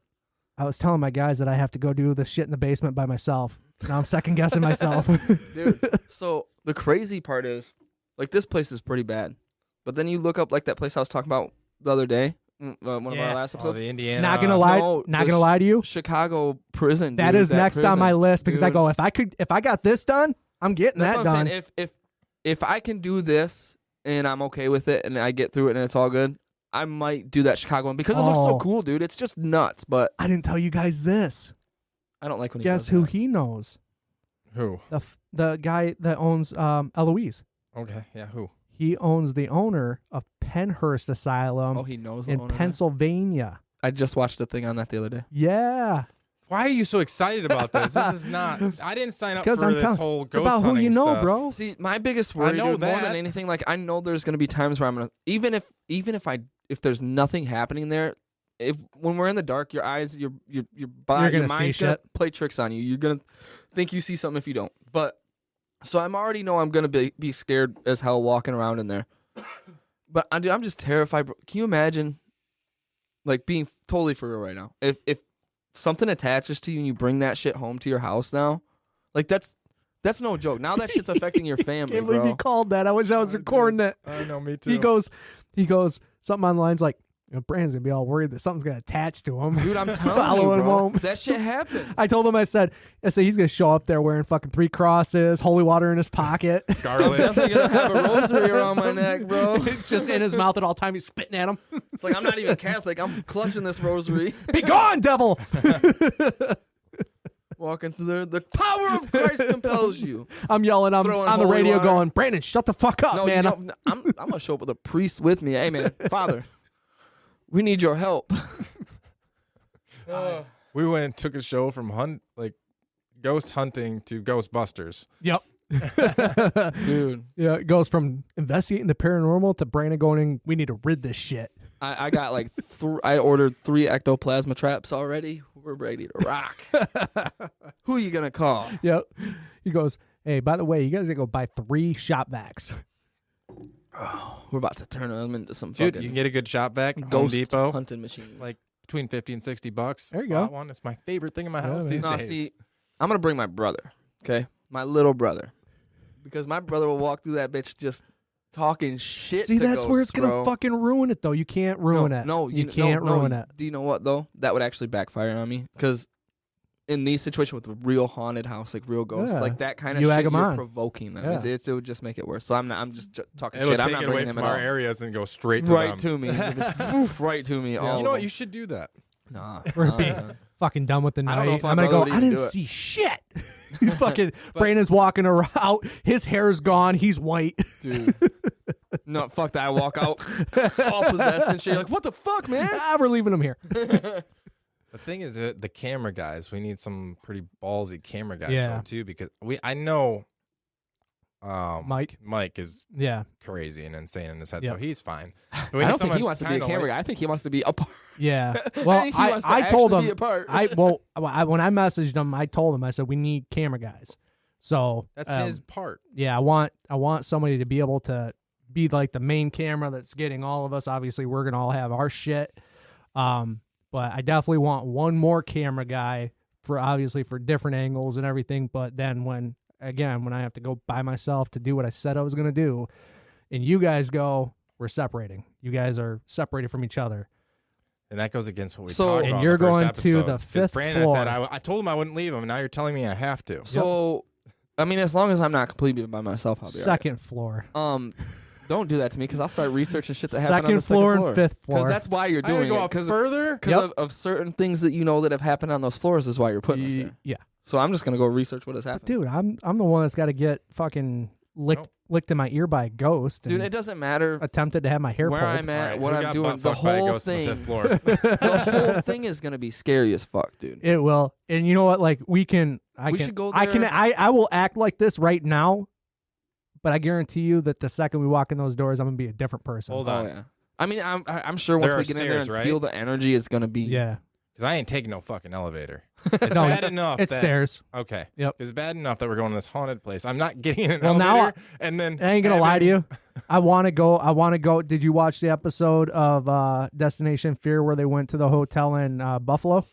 Speaker 1: I was telling my guys that I have to go do this shit in the basement by myself. Now I'm second guessing myself.
Speaker 2: dude so the crazy part is like this place is pretty bad but then you look up like that place i was talking about the other day mm, uh, one of
Speaker 1: Yeah.
Speaker 2: our last
Speaker 3: Oh,
Speaker 2: episodes
Speaker 3: the Indiana.
Speaker 1: not gonna lie,
Speaker 2: uh, no,
Speaker 1: not gonna
Speaker 2: there's-
Speaker 1: lie to you.
Speaker 2: chicago prison
Speaker 1: That
Speaker 2: dude,
Speaker 1: is next on
Speaker 2: prison.
Speaker 1: my list because I
Speaker 2: dude.
Speaker 1: go, if I could if I got this done, I'm getting
Speaker 2: That's
Speaker 1: that
Speaker 2: what I'm
Speaker 1: done.
Speaker 2: saying. If if if I can do this and I'm okay with it and I get through it and it's all good, I might do that Chicago one because it looks
Speaker 1: Oh.
Speaker 2: so cool, dude. It's just nuts, but
Speaker 1: I didn't tell you guys this.
Speaker 2: I don't like when he
Speaker 1: Guess
Speaker 2: does
Speaker 1: who
Speaker 2: that.
Speaker 1: he knows?
Speaker 3: Who?
Speaker 1: The f- the guy that owns um, Eloise.
Speaker 3: Okay, yeah, who?
Speaker 1: He owns the owner of Penhurst Asylum
Speaker 2: Oh, he knows the
Speaker 1: um, in
Speaker 2: owner.
Speaker 1: Pennsylvania.
Speaker 2: I just watched a thing on that the other day.
Speaker 1: Yeah,
Speaker 3: Why are you so excited about this? This is not. I didn't sign up for
Speaker 1: because I'm
Speaker 3: this
Speaker 1: telling.
Speaker 3: whole
Speaker 1: It's
Speaker 3: ghost
Speaker 1: about who you
Speaker 3: hunting
Speaker 1: know,
Speaker 3: stuff.
Speaker 1: bro.
Speaker 2: See, my biggest worry,
Speaker 3: know
Speaker 2: dude, more
Speaker 3: that.
Speaker 2: than anything, like I know there's gonna be times where I'm gonna even if even if I if there's nothing happening there, if when we're in the dark, your eyes, your your your body,
Speaker 1: You're
Speaker 2: your
Speaker 1: gonna see
Speaker 2: mind's gonna
Speaker 1: shit.
Speaker 2: play tricks on you. You're gonna think you see something if you don't. But so I'm already know I'm gonna be be scared as hell walking around in there. But I dude, I'm just terrified. bro. Can you imagine, like being f- totally for real right now? If if something attaches to you and you bring that shit home to your house now, like that's that's no joke. Now that shit's affecting your family,
Speaker 1: Can't believe
Speaker 2: bro.
Speaker 1: you called that. I wish I was recording that.
Speaker 3: I know, me too.
Speaker 1: He goes, he goes something on the lines like, you know, Brandon's gonna be all worried that something's gonna attach to him.
Speaker 2: Dude, I'm telling
Speaker 1: Follow
Speaker 2: you,
Speaker 1: him
Speaker 2: bro.
Speaker 1: home.
Speaker 2: That shit happens.
Speaker 1: I told him, I said, I said he's gonna show up there wearing fucking three crosses, holy water in his pocket.
Speaker 3: Garland.
Speaker 2: Definitely gonna have a rosary around my neck, bro.
Speaker 1: it's just in his mouth at all time. He's spitting at him.
Speaker 2: It's like I'm not even Catholic. I'm clutching this rosary,
Speaker 1: Be gone, devil!
Speaker 2: walking through there. The power of Christ compels you.
Speaker 1: I'm yelling. I'm
Speaker 2: Throwing
Speaker 1: on the
Speaker 2: holy
Speaker 1: radio,
Speaker 2: water.
Speaker 1: going, Brandon, shut the fuck up,
Speaker 2: No,
Speaker 1: man.
Speaker 2: you know, I'm I'm gonna show up with a priest with me. Hey, man, Father, we need your help.
Speaker 3: we went and took a show from hunt like ghost hunting to Ghostbusters.
Speaker 1: Yep.
Speaker 2: Dude,
Speaker 1: Yeah, it goes from investigating the paranormal to Brandon going, in, we need to rid this shit.
Speaker 2: I, I got like th- I ordered three ectoplasma traps already. We're ready to rock. Who are you gonna call?
Speaker 1: Yep. He goes, hey, by the way, you guys gotta go buy three shop vacs.
Speaker 2: We're about to turn them into some
Speaker 3: Dude,
Speaker 2: fucking
Speaker 3: you can get a good shop back. Home
Speaker 2: ghost
Speaker 3: Depot.
Speaker 2: hunting machines.
Speaker 3: Like between fifty and sixty bucks.
Speaker 1: There you
Speaker 3: Bought
Speaker 1: go.
Speaker 3: One. It's my favorite thing in my
Speaker 1: Yeah,
Speaker 3: house
Speaker 1: man.
Speaker 3: these
Speaker 2: Nah,
Speaker 3: days.
Speaker 2: see, I'm gonna bring my brother. Okay, my little brother, because my brother will walk through that bitch just talking shit.
Speaker 1: See,
Speaker 2: to
Speaker 1: that's where it's
Speaker 2: ghosts,
Speaker 1: gonna
Speaker 2: bro.
Speaker 1: fucking ruin it, though. You can't ruin
Speaker 2: no,
Speaker 1: it.
Speaker 2: No,
Speaker 1: you
Speaker 2: kn-
Speaker 1: can't
Speaker 2: no, no,
Speaker 1: ruin
Speaker 2: you-
Speaker 1: it.
Speaker 2: Do you know what though? That would actually backfire on me because in these situations with the real haunted house, like real ghosts,
Speaker 1: Yeah.
Speaker 2: like that kind of
Speaker 1: You
Speaker 2: shit,
Speaker 1: ag 'em
Speaker 2: you're
Speaker 1: on.
Speaker 2: provoking them.
Speaker 1: Yeah.
Speaker 2: It's, it's- it would just make it worse. So I'm not. I'm just j- talking
Speaker 3: It'll
Speaker 2: shit. I'm
Speaker 3: take
Speaker 2: not
Speaker 3: it away
Speaker 2: bringing
Speaker 3: from
Speaker 2: them
Speaker 3: our
Speaker 2: at all.
Speaker 3: areas and go straight to
Speaker 2: Right
Speaker 3: them.
Speaker 2: to me, Just woof, right to me. all
Speaker 3: you know
Speaker 2: of
Speaker 3: what?
Speaker 2: them.
Speaker 3: You should do that.
Speaker 2: nah,
Speaker 1: We're
Speaker 2: nah,
Speaker 1: being-
Speaker 2: son.
Speaker 1: fucking done with the night.
Speaker 2: I don't know if my
Speaker 1: am gonna
Speaker 2: brother
Speaker 1: go.
Speaker 2: would
Speaker 1: I
Speaker 2: even
Speaker 1: didn't
Speaker 2: do it."
Speaker 1: see shit. you fucking Brandon's walking around. His hair's gone. He's white.
Speaker 2: dude. no, fuck that. I walk out all possessed and shit. You're like, what the fuck, man?
Speaker 1: ah, we're leaving him here.
Speaker 3: The thing is, uh, the camera guys. We need some pretty ballsy camera guys
Speaker 1: Yeah.
Speaker 3: though, too, because we. I know. Um,
Speaker 1: Mike.
Speaker 3: Mike is
Speaker 1: Yeah,
Speaker 3: crazy and insane in his head,
Speaker 1: Yeah.
Speaker 3: so he's fine. But we
Speaker 2: I
Speaker 3: need
Speaker 2: don't think
Speaker 3: someone
Speaker 2: he wants to be a
Speaker 3: kinda
Speaker 2: camera
Speaker 3: like-
Speaker 2: guy. I think he wants to be a part.
Speaker 1: yeah. Well,
Speaker 2: think he
Speaker 1: I,
Speaker 2: wants to
Speaker 1: I, told
Speaker 2: actually be
Speaker 1: him.
Speaker 2: a part.
Speaker 1: I well, I, when I messaged him, I told him I said we need camera guys. So
Speaker 3: That's
Speaker 1: um,
Speaker 3: his part.
Speaker 1: yeah, I want I want somebody to be able to be like the main camera that's getting all of us. Obviously, we're gonna all have our shit. Um, but I definitely want one more camera guy for obviously for different angles and everything. But then when again when I have to go by myself to do what I said I was gonna do, and you guys go, we're separating. You guys are separated from each other.
Speaker 3: And that goes against what we
Speaker 2: So-
Speaker 3: talked
Speaker 2: And
Speaker 3: about. in
Speaker 1: you're
Speaker 3: the first
Speaker 1: going to
Speaker 3: episode,
Speaker 1: the
Speaker 3: 'cause
Speaker 1: fifth
Speaker 3: Brandon
Speaker 1: floor.
Speaker 3: Said I, w- I told him I wouldn't leave him, and now you're telling me I have to.
Speaker 2: So, I mean, as long as I'm not completely by myself, I'll be all right.
Speaker 1: Second floor.
Speaker 2: Um, don't do that to me because I'll start researching shit that happened on
Speaker 1: Second
Speaker 2: the
Speaker 1: floor,
Speaker 2: second floor
Speaker 1: and fifth
Speaker 2: Because
Speaker 1: floor.
Speaker 2: that's why you're
Speaker 3: I gotta
Speaker 2: doing
Speaker 3: go
Speaker 2: it.
Speaker 3: out
Speaker 2: Because
Speaker 3: further.
Speaker 1: Yep.
Speaker 2: of, of certain things that you know that have happened on those floors is why you're putting us
Speaker 1: Ye-
Speaker 2: there.
Speaker 1: yeah.
Speaker 2: So I'm just gonna go research what has
Speaker 1: But
Speaker 2: happened.
Speaker 1: dude, I'm I'm the one that's got to get fucking licked
Speaker 3: Nope.
Speaker 1: licked in my ear by a ghost.
Speaker 2: Dude,
Speaker 1: and
Speaker 2: it doesn't matter
Speaker 1: attempted to have my hair
Speaker 2: where
Speaker 1: pulled.
Speaker 2: I'm at,
Speaker 3: Alright,
Speaker 2: what
Speaker 3: who
Speaker 2: I'm
Speaker 3: got
Speaker 2: doing.
Speaker 3: butt
Speaker 2: The
Speaker 3: fucked by a
Speaker 2: whole
Speaker 3: ghost on the fifth
Speaker 2: thing,
Speaker 3: floor?
Speaker 2: the whole thing is gonna be scary as fuck, dude.
Speaker 1: It will, and you know what? Like we can, I
Speaker 2: We
Speaker 1: can,
Speaker 2: should go
Speaker 1: I can,
Speaker 2: there.
Speaker 1: I, I will act like this right now, but I guarantee you that the second we walk in those doors, I'm gonna be a different person.
Speaker 3: Hold
Speaker 2: Oh
Speaker 3: on,
Speaker 2: yeah. I mean, I'm I- I'm sure once
Speaker 3: There
Speaker 2: we
Speaker 3: are
Speaker 2: get in there
Speaker 3: stairs,
Speaker 2: and
Speaker 3: right?
Speaker 2: feel the energy, it's gonna be
Speaker 1: yeah,
Speaker 3: because I ain't taking no fucking elevator. It's
Speaker 1: No,
Speaker 3: bad enough.
Speaker 1: it's
Speaker 3: that,
Speaker 1: stairs.
Speaker 3: Okay.
Speaker 1: Yep.
Speaker 3: It's bad enough that we're going to this haunted place. I'm not getting in an
Speaker 1: Well, now
Speaker 3: elevator. and then
Speaker 1: I ain't gonna lie to
Speaker 3: having-
Speaker 1: you. I want to go. I want to go. Did you watch the episode of uh Destination Fear where they went to the hotel in uh, Buffalo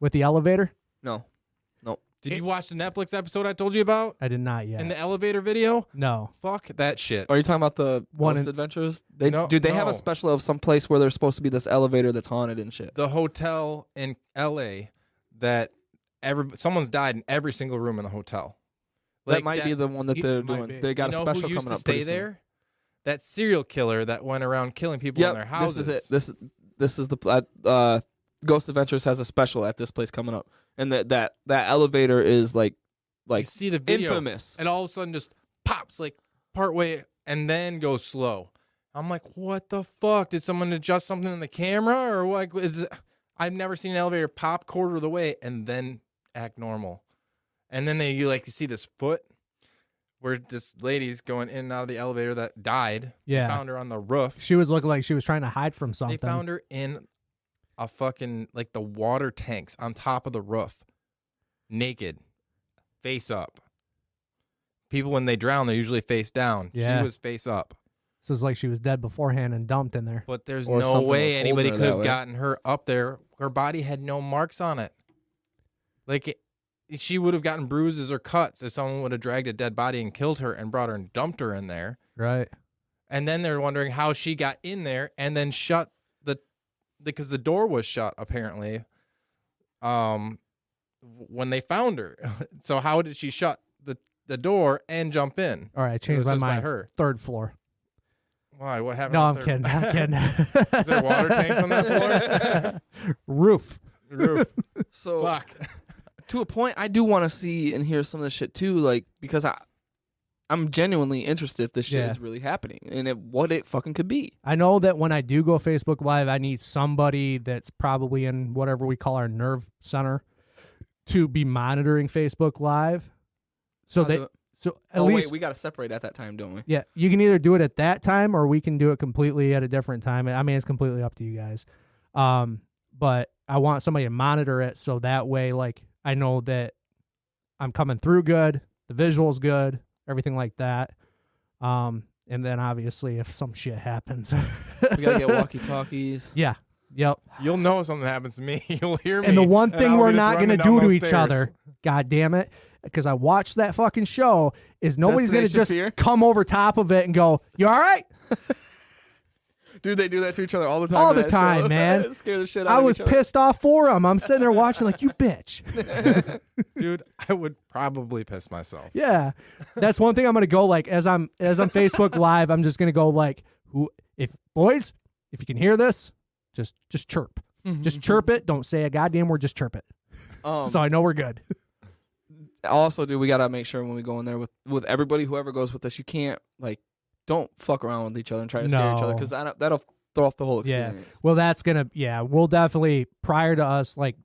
Speaker 1: with the elevator?
Speaker 2: no.
Speaker 3: Did you watch the Netflix episode I told you about
Speaker 1: I did not yet.
Speaker 3: in the elevator video?
Speaker 1: no.
Speaker 3: Fuck that shit.
Speaker 2: Are you talking about the
Speaker 1: One
Speaker 2: Ghost
Speaker 1: in-
Speaker 2: Adventures? They
Speaker 3: No,
Speaker 2: dude, they have
Speaker 3: no.
Speaker 2: a special of some place where there's supposed to be this elevator that's haunted and shit.
Speaker 3: The hotel in L.A. that every someone's died in every single room in the hotel.
Speaker 2: that might be the one that
Speaker 3: you-
Speaker 2: they're
Speaker 1: might
Speaker 2: doing.
Speaker 1: be.
Speaker 2: They got
Speaker 3: you
Speaker 2: a
Speaker 3: know
Speaker 2: special
Speaker 3: who used
Speaker 2: coming
Speaker 3: to
Speaker 2: up.
Speaker 3: stay
Speaker 2: pretty soon.
Speaker 3: there? That serial killer that went around killing people in their
Speaker 2: Yep, this is
Speaker 3: houses.
Speaker 2: it. This this is the pl- uh, Ghost Adventures has a special at this place coming up, and that that that elevator is like
Speaker 3: you
Speaker 2: like
Speaker 3: see the video,
Speaker 2: infamous.
Speaker 3: and all of a sudden just pops like partway and then goes slow. I'm like, what the fuck? Did someone adjust something in the camera or like is it? I've never seen an elevator pop quarter of the way and then act normal. And then they you like you see this foot where this lady's going in and out of the elevator that died.
Speaker 1: Yeah.
Speaker 3: Found her on the roof.
Speaker 1: She was looking like she was trying to hide from
Speaker 3: They
Speaker 1: something.
Speaker 3: found her in a fucking like the water tanks on top of the roof, naked, face up. People when they drown, they're usually face down.
Speaker 1: Yeah.
Speaker 3: She was face up.
Speaker 1: so it's like she was dead beforehand and dumped in there.
Speaker 3: But there's
Speaker 2: Or
Speaker 3: no
Speaker 2: something was
Speaker 3: way
Speaker 2: holding
Speaker 3: anybody
Speaker 2: her
Speaker 3: could
Speaker 2: that
Speaker 3: have
Speaker 2: way.
Speaker 3: gotten her up there. Her body had no marks on it. Like it, she would have gotten bruises or cuts if someone would have dragged a dead body and killed her and brought her and dumped her in there.
Speaker 1: Right.
Speaker 3: and then they're wondering how she got in there and then shut the because the door was shut apparently um when they found her so how did she shut the the door and jump in
Speaker 1: All right. I
Speaker 3: it was
Speaker 1: changed my
Speaker 3: just by
Speaker 1: mind.
Speaker 3: her
Speaker 1: Third floor.
Speaker 3: why what happened
Speaker 1: No,
Speaker 3: up
Speaker 1: I'm
Speaker 3: there?
Speaker 1: kidding. I'm kidding. Is
Speaker 3: there water tanks on that
Speaker 1: floor? Roof.
Speaker 3: Roof.
Speaker 2: so
Speaker 3: fuck
Speaker 2: to a point, I do want to see and hear some of this shit too, like because I I'm genuinely interested if this shit
Speaker 1: Yeah.
Speaker 2: is really happening and if, what it fucking could be.
Speaker 1: I know that when I do go Facebook Live, I need somebody that's probably in whatever we call our nerve center to be monitoring Facebook Live. So
Speaker 2: How's
Speaker 1: that
Speaker 2: it-
Speaker 1: so at
Speaker 2: oh
Speaker 1: least
Speaker 2: wait, we gotta separate at that time, don't we?
Speaker 1: yeah, you can either do it at that time or we can do it completely at a different time. I mean, it's completely up to you guys. Um, but I want somebody to monitor it so that way, like, I know that I'm coming through good, the visuals good, everything like that. Um, and then obviously, if some shit happens,
Speaker 2: We gotta get walkie talkies.
Speaker 1: yeah, Yep.
Speaker 3: You'll know if something happens to me. You'll hear me.
Speaker 1: And the one thing
Speaker 3: I'll
Speaker 1: we're
Speaker 3: be just
Speaker 1: not going to
Speaker 3: running down
Speaker 1: do to
Speaker 3: those
Speaker 1: each
Speaker 3: stairs.
Speaker 1: other, god damn it, because I watched that fucking show, is nobody's going to
Speaker 2: Destination
Speaker 1: just
Speaker 2: Fear?
Speaker 1: come over top of it and go, you all right?
Speaker 2: Dude, they do that to each other all the time.
Speaker 1: All
Speaker 2: in
Speaker 1: the
Speaker 2: that
Speaker 1: time,
Speaker 2: show.
Speaker 1: man.
Speaker 2: Scare the shit out
Speaker 1: I
Speaker 2: of
Speaker 1: was
Speaker 2: each other.
Speaker 1: pissed off for him. I'm sitting there watching like, you bitch.
Speaker 3: dude. I would probably piss myself.
Speaker 1: Yeah. That's one thing I'm going to go like as I'm as I'm Facebook live, I'm just going to go like, who if boys, if you can hear this, just just chirp.
Speaker 3: Mm-hmm,
Speaker 1: Just chirp it. Don't say a goddamn word, just chirp it.
Speaker 2: Um,
Speaker 1: so I know we're good.
Speaker 2: also, dude, we gotta make sure when we go in there with with everybody, whoever goes with us, you can't like, don't fuck around with each other and try to scare each
Speaker 1: No.
Speaker 2: other because that'll throw off the whole
Speaker 1: Yeah.
Speaker 2: experience.
Speaker 1: Well, that's gonna yeah. We'll definitely prior to us like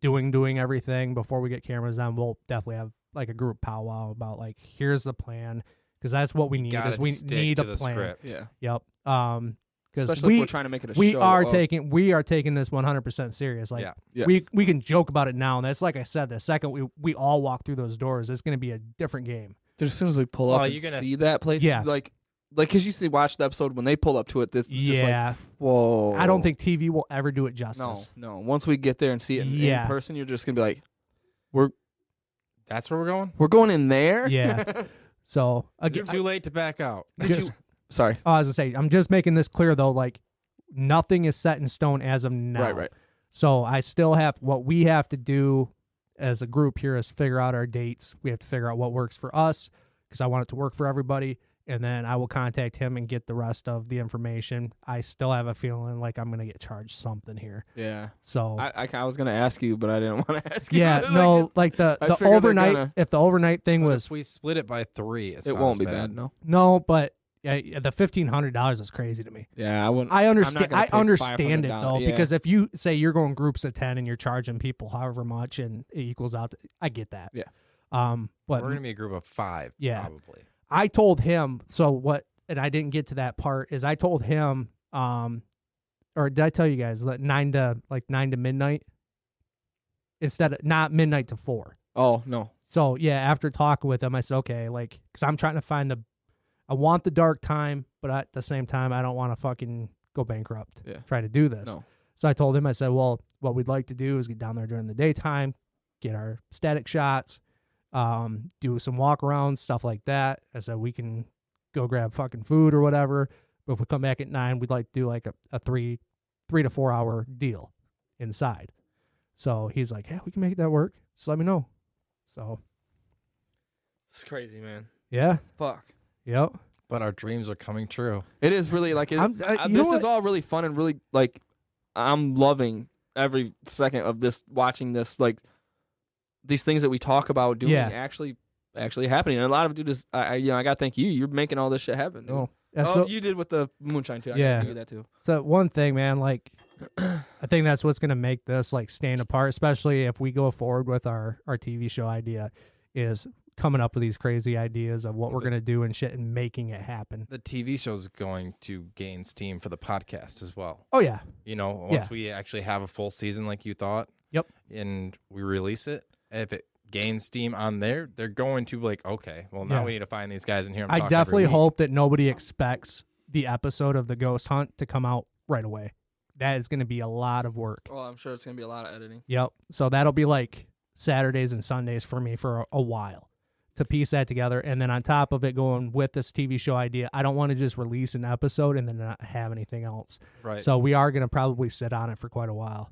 Speaker 1: doing doing everything before we get cameras on. We'll definitely have like a group powwow about like here's the plan because that's what we need
Speaker 3: Gotta
Speaker 1: is we
Speaker 3: stick
Speaker 1: need
Speaker 3: to
Speaker 1: a
Speaker 3: the
Speaker 1: plan.
Speaker 3: script.
Speaker 2: Yeah,
Speaker 1: Yep. Um, because
Speaker 2: especially if
Speaker 1: we
Speaker 2: we're trying to make it a
Speaker 1: we
Speaker 2: show. uh,
Speaker 1: are
Speaker 2: of-
Speaker 1: taking we are taking this 100 percent serious. Like
Speaker 3: Yeah.
Speaker 2: Yes.
Speaker 1: we we can joke about it now, and that's like I said. The second we we all walk through those doors, it's gonna be a different game.
Speaker 2: Dude, as soon as we pull up
Speaker 3: Oh,
Speaker 2: and
Speaker 3: you're gonna-
Speaker 2: see that place,
Speaker 1: Yeah.
Speaker 2: like, like, cause you see, watch the episode when they pull up to it. This, just like,
Speaker 1: yeah.
Speaker 2: whoa.
Speaker 1: I don't think TV will ever do it justice.
Speaker 2: No, no. Once we get there and see it in, in
Speaker 1: Yeah.
Speaker 2: person, you're just gonna be like,
Speaker 3: That's where we're going.
Speaker 2: we're going in there.
Speaker 1: Yeah. So
Speaker 3: Is
Speaker 1: again,
Speaker 3: it too late to back out?
Speaker 2: Did
Speaker 1: Just-
Speaker 2: you? Sorry.
Speaker 1: Oh, I was gonna say, I'm just making this clear though. Like, nothing is set in stone as of now.
Speaker 2: Right. Right.
Speaker 1: So I still have what we have to do as a group here is figure out our dates. We have to figure out what works for us because I want it to work for everybody. And then I will contact him and get the rest of the information. I still have a feeling like I'm gonna get charged something here.
Speaker 2: Yeah.
Speaker 1: So
Speaker 2: I, I, I was gonna ask you, but I didn't want to ask you.
Speaker 1: yeah,
Speaker 2: Like,
Speaker 1: no, like the
Speaker 2: I
Speaker 1: the
Speaker 2: figure they're
Speaker 1: overnight.
Speaker 2: gonna-
Speaker 1: If the overnight thing
Speaker 3: But
Speaker 1: was
Speaker 3: if we split it by three, it's
Speaker 2: it
Speaker 3: not
Speaker 2: won't
Speaker 3: as
Speaker 2: be bad. No.
Speaker 1: no, but uh, the fifteen hundred dollars is crazy to me.
Speaker 2: Yeah, I wouldn't.
Speaker 1: I
Speaker 2: not
Speaker 1: understand.
Speaker 2: gonna
Speaker 1: I
Speaker 2: pay
Speaker 1: understand it
Speaker 2: $500,
Speaker 1: though,
Speaker 2: yeah.
Speaker 1: because if you say you're going groups of ten and you're charging people however much, and it equals out, to, I get that.
Speaker 2: Yeah.
Speaker 1: Um, but
Speaker 3: We're gonna be a group of five.
Speaker 1: Yeah.
Speaker 3: probably.
Speaker 1: I told him so what, and I didn't get to that part. Is I told him, um, or did I tell you guys like nine to like nine to midnight instead of not midnight to four?
Speaker 2: Oh no.
Speaker 1: So yeah, after talking with him, I said okay, like because I'm trying to find the, I want the dark time, but at the same time, I don't want to fucking go bankrupt.
Speaker 2: Yeah.
Speaker 1: Try to do this.
Speaker 2: No.
Speaker 1: So I told him, I said, well, what we'd like to do is get down there during the daytime, get our static shots, um, do some walk arounds, stuff like that. I said, we can go grab fucking food or whatever. But if we come back at nine, we'd like to do like a, a three, three to four hour deal inside. So he's like, yeah, we can make that work. Just let me know. So
Speaker 2: It's crazy, man.
Speaker 1: yeah,
Speaker 2: Fuck.
Speaker 1: yep.
Speaker 3: But our dreams are coming true.
Speaker 2: It is really like it,
Speaker 1: I'm- I-
Speaker 2: I-
Speaker 1: you know
Speaker 2: this is
Speaker 1: what?
Speaker 2: all really fun and really like I'm loving every second of this watching this like these things that we talk about doing
Speaker 1: Yeah. actually-
Speaker 2: actually actually happening. And a lot of dude is I, I you know I got to thank you. You're making all this shit happen.
Speaker 1: Oh, yeah,
Speaker 2: oh,
Speaker 1: so-
Speaker 2: you did with the moonshine too. I
Speaker 1: Yeah.
Speaker 2: yeah, give you that too.
Speaker 1: So one thing, man, like I think that's what's gonna make this like stand apart, especially if we go forward with our our TV show idea, is coming up with these crazy ideas of what we're gonna do and shit and making it happen.
Speaker 3: The TV show's going to gain steam for the podcast as well.
Speaker 1: Oh yeah,
Speaker 3: You know, once
Speaker 1: Yeah.
Speaker 3: we actually have a full season like you thought.
Speaker 1: Yep.
Speaker 3: And we release it. If it gains steam on there, they're going to be like, okay, well now
Speaker 1: Yeah.
Speaker 3: we need to find these guys in here. And
Speaker 1: I
Speaker 3: talk every
Speaker 1: definitely
Speaker 3: week.
Speaker 1: hope that nobody expects the episode of the ghost hunt to come out right away. That is gonna be a lot of work.
Speaker 2: Well, I'm sure it's gonna be a lot of editing.
Speaker 1: Yep. So that'll be like Saturdays and Sundays for me for a, a while to piece that together. And then on top of it, going with this TV show idea, I don't want to just release an episode and then not have anything else.
Speaker 3: right.
Speaker 1: So we are going to probably sit on it for quite a while.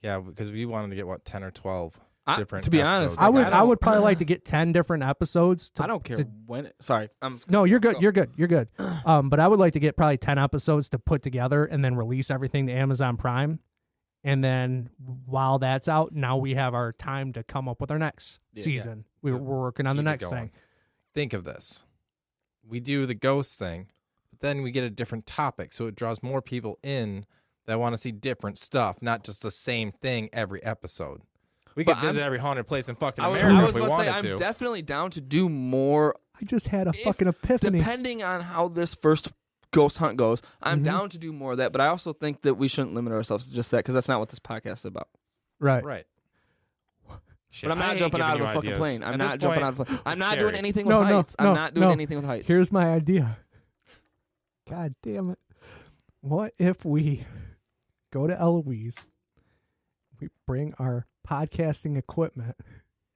Speaker 3: yeah, because we wanted to get what ten or twelve.
Speaker 2: I,
Speaker 3: Different
Speaker 2: to be
Speaker 3: episodes.
Speaker 2: honest,
Speaker 1: I
Speaker 2: like,
Speaker 1: would
Speaker 2: don't-
Speaker 1: I, would probably like to get ten different episodes. To,
Speaker 2: I don't care
Speaker 1: to-
Speaker 2: when it. Sorry, I'm
Speaker 1: no, you're good.
Speaker 2: Go.
Speaker 1: You're good. You're good. Um, but I would like to get probably ten episodes to put together and then release everything to Amazon Prime. And then while that's out, now we have our time to come up with our next
Speaker 2: Yeah.
Speaker 1: season. We,
Speaker 3: To
Speaker 1: we're working on the
Speaker 3: keep it
Speaker 1: next
Speaker 3: going.
Speaker 1: thing.
Speaker 3: Think of this: we do the ghost thing, but then we get a different topic, so it draws more people in that want to see different stuff, not just the same thing every episode. We could
Speaker 2: But
Speaker 3: visit
Speaker 2: I'm-
Speaker 3: every haunted place in fucking
Speaker 2: I was,
Speaker 3: America
Speaker 2: I was
Speaker 3: if we
Speaker 2: gonna
Speaker 3: wanted
Speaker 2: say I'm
Speaker 3: to.
Speaker 2: definitely down to do more
Speaker 1: I just had a
Speaker 2: If-
Speaker 1: fucking epiphany.
Speaker 2: depending on how this first ghost hunt goes, I'm
Speaker 1: Mhm.
Speaker 2: down to do more of that. But I also think that we shouldn't limit ourselves to just that because that's not what this podcast is about.
Speaker 1: right.
Speaker 3: right. Shit,
Speaker 2: But I'm
Speaker 3: I
Speaker 2: not
Speaker 3: ain't
Speaker 2: jumping
Speaker 3: giving
Speaker 2: out of
Speaker 3: you
Speaker 2: a fucking
Speaker 3: ideas.
Speaker 2: plane. I'm
Speaker 3: At
Speaker 2: not
Speaker 3: this
Speaker 2: jumping
Speaker 3: point,
Speaker 2: out of a plane. I'm
Speaker 3: it's
Speaker 2: not doing
Speaker 3: scary.
Speaker 2: anything
Speaker 1: No,
Speaker 2: with
Speaker 1: no,
Speaker 2: heights.
Speaker 1: no,
Speaker 2: I'm not doing
Speaker 1: no.
Speaker 2: anything with heights.
Speaker 1: Here's my idea. God damn it. What if we go to Eloise. We bring our podcasting equipment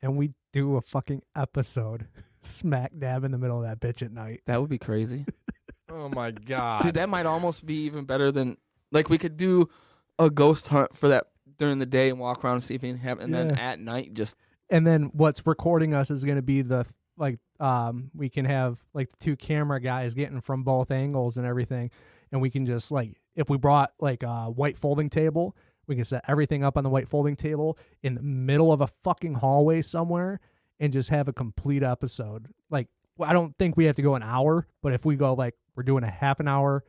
Speaker 1: and we do a fucking episode smack dab in the middle of that bitch at night.
Speaker 2: That would be crazy.
Speaker 3: Oh my god.
Speaker 2: Dude, that might almost be even better than like we could do a ghost hunt for that during the day and walk around and see if anything happened, and then
Speaker 1: Yeah.
Speaker 2: at night just
Speaker 1: And then what's recording us is going to be the like um we can have like the two camera guys getting from both angles and everything and we can just like if we brought like a white folding table, we can set everything up on the white folding table in the middle of a fucking hallway somewhere and just have a complete episode. Like well, I don't think we have to go an hour, but if we go like we're doing a half an hour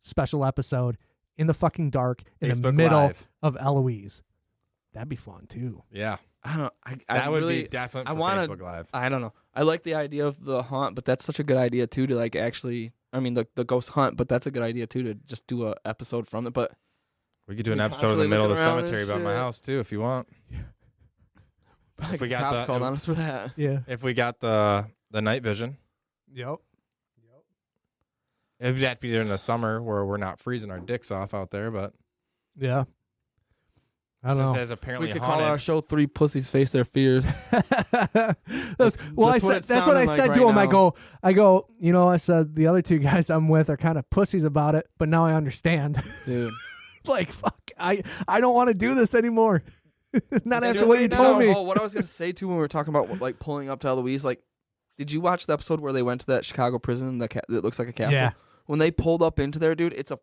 Speaker 1: special episode in the fucking dark in the
Speaker 3: Facebook
Speaker 1: middle
Speaker 3: Live.
Speaker 1: of Eloise. That'd be fun too.
Speaker 3: Yeah.
Speaker 2: I don't know. I,
Speaker 3: That
Speaker 2: I
Speaker 3: would
Speaker 2: really
Speaker 3: be definite
Speaker 2: I
Speaker 3: for
Speaker 2: wanna-
Speaker 3: Facebook Live.
Speaker 2: I don't know. I like the idea of the haunt, but that's such a good idea too to like actually I mean the the ghost hunt, but that's a good idea too to just do a episode from it. But
Speaker 3: We could do an
Speaker 2: We
Speaker 3: episode
Speaker 2: constantly
Speaker 3: in the middle of the
Speaker 2: look around and
Speaker 3: cemetery about my
Speaker 2: shit.
Speaker 3: house too, if you want.
Speaker 2: like,
Speaker 3: we
Speaker 2: the
Speaker 3: got
Speaker 2: cops
Speaker 3: the-
Speaker 2: called
Speaker 3: if-
Speaker 2: on us for that.
Speaker 1: Yeah.
Speaker 3: If we got the the night vision,
Speaker 1: Yep.
Speaker 3: it'd have to be during the summer where we're not freezing our dicks off out there. But
Speaker 1: Yeah. I
Speaker 3: since
Speaker 1: don't
Speaker 3: that's apparently
Speaker 2: we could
Speaker 3: haunted,
Speaker 2: call our show Three Pussies Face Their Fears.
Speaker 1: know. that's, well, I
Speaker 2: that's what
Speaker 1: said
Speaker 2: it
Speaker 1: that's what I
Speaker 2: sounded like
Speaker 1: said to
Speaker 2: right
Speaker 1: him. I
Speaker 2: now.
Speaker 1: go, I go. You know, I said the other two guys I'm with are kind of pussies about it, but now I understand.
Speaker 2: Dude.
Speaker 1: like, fuck, I I don't want to do this anymore. Not
Speaker 2: Is
Speaker 1: after
Speaker 2: there-
Speaker 1: what you
Speaker 2: no,
Speaker 1: told me.
Speaker 2: Oh, what I was gonna say too when we were talking about like pulling up to Eloise, like, did you watch the episode where they went to that Chicago prison that ca- that looks like a castle?
Speaker 1: Yeah.
Speaker 2: When they pulled up into there, dude, it's a,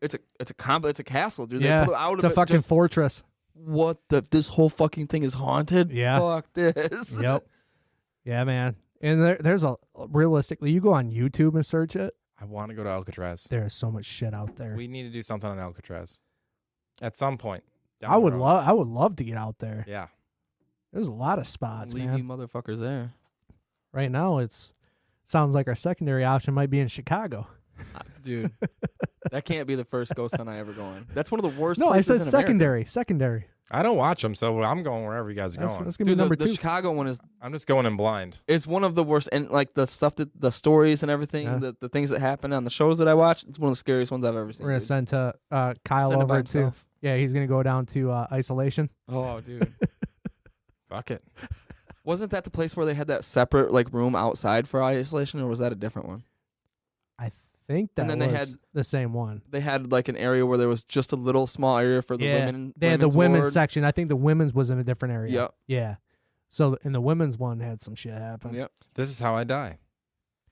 Speaker 2: it's a, it's a comp, it's a castle, dude.
Speaker 1: Yeah.
Speaker 2: They pulled out
Speaker 1: It's
Speaker 2: of
Speaker 1: a
Speaker 2: it
Speaker 1: fucking
Speaker 2: just,
Speaker 1: fortress.
Speaker 2: what the? This whole fucking thing is haunted.
Speaker 1: Yeah.
Speaker 2: Fuck this.
Speaker 1: yep. Yeah, man. And there, there's a realistically, you go on YouTube and search it.
Speaker 3: I want to go to Alcatraz.
Speaker 1: There's so much shit out there.
Speaker 3: We need to do something on Alcatraz at some point. down
Speaker 1: I
Speaker 3: the
Speaker 1: would
Speaker 3: road.
Speaker 1: love, I would love to get out there.
Speaker 3: Yeah.
Speaker 1: There's a lot of spots,
Speaker 2: Leave
Speaker 1: man.
Speaker 2: you motherfuckers there.
Speaker 1: Right now, it's sounds like our secondary option might be in Chicago.
Speaker 2: Uh, Dude, that can't be the first ghost hunt I ever go on. That's one of the worst.
Speaker 1: no, I
Speaker 2: places
Speaker 1: said
Speaker 2: in America.
Speaker 1: secondary, secondary.
Speaker 3: I don't watch them, so I'm going wherever you guys are
Speaker 1: That's,
Speaker 3: going.
Speaker 1: that's gonna
Speaker 2: Dude,
Speaker 1: be number
Speaker 2: the, the
Speaker 1: two.
Speaker 2: Chicago one is
Speaker 3: I'm just going in blind.
Speaker 2: It's one of the worst, and like the stuff that the stories and everything,
Speaker 1: Yeah.
Speaker 2: the, the things that happen on the shows that I watch, it's one of the scariest ones I've ever seen.
Speaker 1: We're gonna
Speaker 2: dude.
Speaker 1: send to uh, Kyle
Speaker 2: Send it by
Speaker 1: over to.
Speaker 2: himself.
Speaker 1: Yeah, he's gonna go down to uh, isolation.
Speaker 2: Oh, dude,
Speaker 3: Fuck it.
Speaker 2: wasn't that the place where they had that separate like room outside for isolation, or was that a different one?
Speaker 1: I think that
Speaker 2: And then
Speaker 1: was
Speaker 2: they had-
Speaker 1: the same one.
Speaker 2: They had like an area where there was just a little small area for the
Speaker 1: yeah,
Speaker 2: women.
Speaker 1: they had the women's
Speaker 2: women's ward.
Speaker 1: section. I think the women's was in a different area.
Speaker 2: Yep.
Speaker 1: Yeah. So and the women's one had some shit happen.
Speaker 2: Yep.
Speaker 3: This is how I die.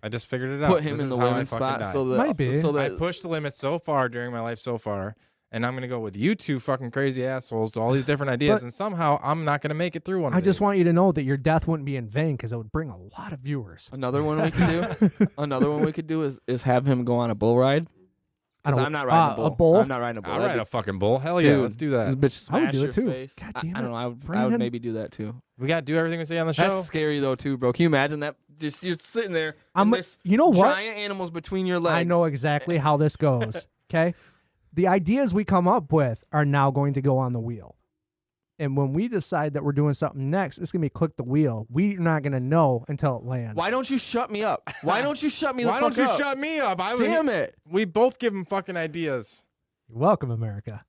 Speaker 3: I just figured it out.
Speaker 2: Put him
Speaker 3: This
Speaker 2: in
Speaker 3: is
Speaker 2: the
Speaker 3: how I
Speaker 2: women's
Speaker 3: fucking
Speaker 2: spot
Speaker 3: die.
Speaker 2: so that
Speaker 1: Might be.
Speaker 2: so
Speaker 3: I
Speaker 2: that
Speaker 3: pushed the limit so far during my life so far, and I'm gonna go with you two fucking crazy assholes to all these different ideas,
Speaker 1: But-
Speaker 3: and somehow I'm not gonna make it through one.
Speaker 1: I
Speaker 3: of
Speaker 1: just
Speaker 3: these.
Speaker 1: want you to know that your death wouldn't be in vain because it would bring a lot of viewers.
Speaker 2: another one we could do. another one we could do is is have him go on a bull ride.
Speaker 1: I
Speaker 2: Because
Speaker 1: don't-
Speaker 2: I'm not riding
Speaker 1: uh,
Speaker 2: a bull.
Speaker 1: a bull?
Speaker 2: I'm not riding a bull.
Speaker 3: I'll
Speaker 2: That'd be
Speaker 3: ride a fucking bull. Hell yeah,
Speaker 2: Dude.
Speaker 3: let's do that.
Speaker 2: Bitch,
Speaker 1: I would
Speaker 2: smash
Speaker 1: do
Speaker 2: your
Speaker 1: it too.
Speaker 2: Face.
Speaker 1: God
Speaker 2: I-
Speaker 1: damn
Speaker 2: I,
Speaker 1: it,
Speaker 2: don't know. I would, I
Speaker 1: Brandon.
Speaker 2: would maybe do that too.
Speaker 3: We gotta do everything we say on the show.
Speaker 2: That's scary though too, bro. Can you imagine that? Just you're sitting there.
Speaker 1: I'm.
Speaker 2: and this
Speaker 1: you know what?
Speaker 2: giant animals between your legs.
Speaker 1: I know exactly how this goes. Okay. The ideas we come up with are now going to go on the wheel. And when we decide that we're doing something next, it's going to be click the wheel. We're not going to know until it lands.
Speaker 2: Why don't you shut me up? Why don't you shut me the
Speaker 3: Why don't
Speaker 2: fuck
Speaker 3: you
Speaker 2: up?
Speaker 3: shut me up? I was,
Speaker 2: Damn it!
Speaker 3: We both give him fucking ideas.
Speaker 1: You're welcome, America.